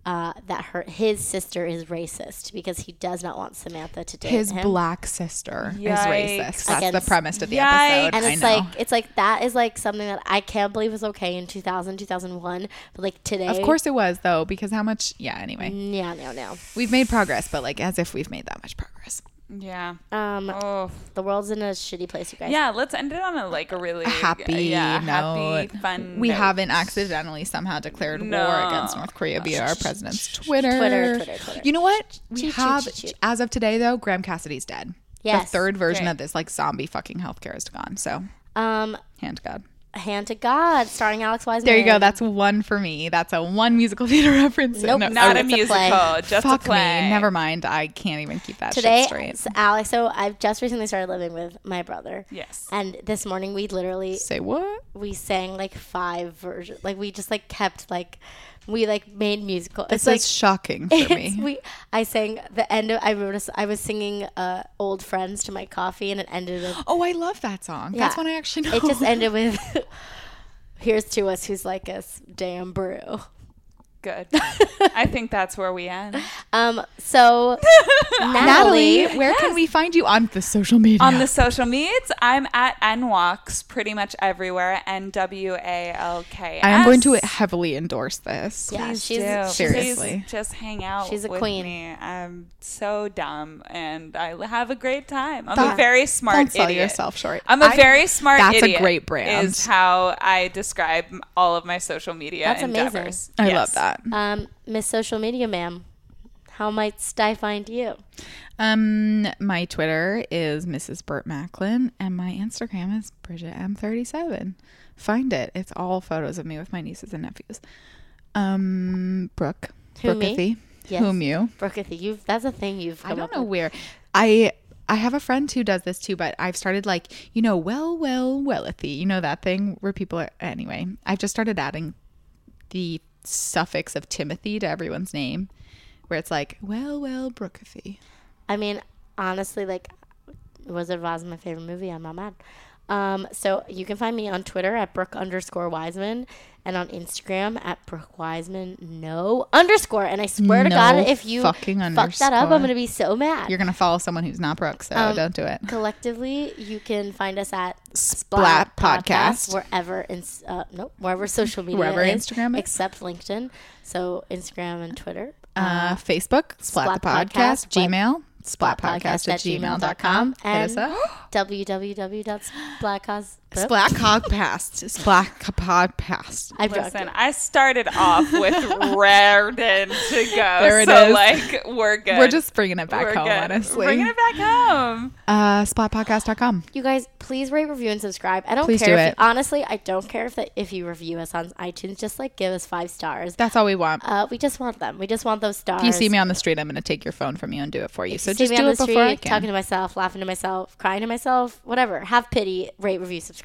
Uh, that her his sister is racist because he does not want Samantha to date His him. black sister Yikes. is racist. That's Against- the premise of the Yikes. episode. and it's I know. like it's like that is like something that I can't believe was okay in 2000 2001 but like today Mm, of course it was though, because how much? Yeah. Anyway, yeah no no we've made progress, but like as if we've made that much progress. Yeah. um Oh, the world's in a shitty place you guys yeah. Let's end it on a like a really happy yeah, note. happy, fun. we note. haven't uh, accidentally somehow declared war No. against North Korea via our president's Twitter. Twitter, Twitter, Twitter. You know what? We Choo, choo, have, choo, choo. as of today, though, Graham Cassidy's dead. Yes. The third version Great. of this, like, zombie fucking healthcare is gone. So, um hand to God. Hand to God, starring Alex Wiseman. There you go. That's one for me. That's a one musical theater reference. Nope. No, Not Oh, it's a a musical, play. just fuck a play. me. Never mind. I can't even keep that today. shit straight. so Alex, so I've just recently started living with my brother. Yes. And this morning we literally Say what? we sang like five versions. Like we just like kept like we like made musical. This it's like is shocking for it's- me. we I sang the end of I wrote a s- I was singing uh old friends to my coffee and it ended with Oh, I love that song. That's Yeah. one I actually know. it just ended with here's to us who's like us damn brew. Good. I think that's where we end. Um so Natalie, Natalie where can we find you on the social media? On the social medias, I'm at NWalks pretty much everywhere. N W A L K. I am going to heavily endorse this. Yeah, Please she's do. she's Seriously. Please just hang out. She's a with queen. Me. I'm so dumb, and I have a great time. I'm That- a very smart don't sell idiot. yourself short. I'm a I- very smart. that's a idiot great brand. Is how I describe m- all of my social media That's amazing. endeavors. I Yes. love that. Um, Miss Social Media, ma'am, how might I find you? Um, my Twitter is Mrs. Burt Macklin, and my Instagram is Bridget M37. Find it. It's all photos of me with my nieces and nephews. Um, Brooke, Who, Brooke me? Ithi. Yes. whom you? Brookathy, you've that's a thing you've come I don't up know with. where. I I have a friend who does this too, but I've started like you know, well, well, wellethy. You know that thing where people are. Anyway, I've just started adding the suffix of Timothy to everyone's name, where it's like well, well, Brookathy. I mean, honestly, like Wizard of Oz is my favorite movie. I'm not mad. Um, so you can find me on Twitter at Brooke underscore Wiseman and on Instagram at Brooke Wiseman no underscore. And I swear to No God, if you fucking fuck that up, underscore. I'm gonna be so mad. You're gonna follow someone who's not Brooke, so don't do it. Collectively, you can find us at Splat Podcast. wherever in uh, nope, wherever social media, Wherever is, Instagram is. except LinkedIn. So Instagram and Twitter. uh, Facebook, Splat, the Splat Podcast, Podcast, web- Gmail, splatpodcast at gmail.com. Hit and us up. www.blackcause. Splat Cogpast. Splat Cogpast. I drugged Listen, it. I started off with Raritan to go. There it so is. like we're good. We're just bringing it back We're home, good. honestly. Bringing it back home. Uh, splatpodcast.com. You guys, please rate, review, and subscribe. I don't Please care do if it. You, honestly, I don't care if that if you review us on iTunes. Just like give us five stars. That's all we want. Uh, we just want them. We just want those stars. If you see me on the street, I'm going to take your phone from you and do it for you. So See just me on do the it before I street, Talking can. to myself, laughing to myself, crying to myself, whatever. Have pity. Rate, review, subscribe.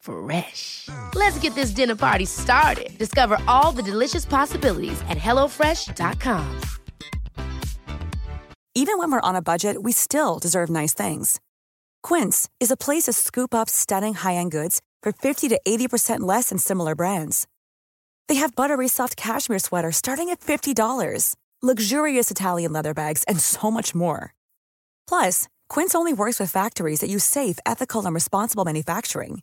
Fresh. Let's get this dinner party started. Discover all the delicious possibilities at hellofresh.com. Even when we're on a budget, we still deserve nice things. Quince is a place to scoop up stunning high-end goods for 50 to 80% less than similar brands. They have buttery soft cashmere sweaters starting at $50, luxurious Italian leather bags, and so much more. Plus, Quince only works with factories that use safe, ethical, and responsible manufacturing.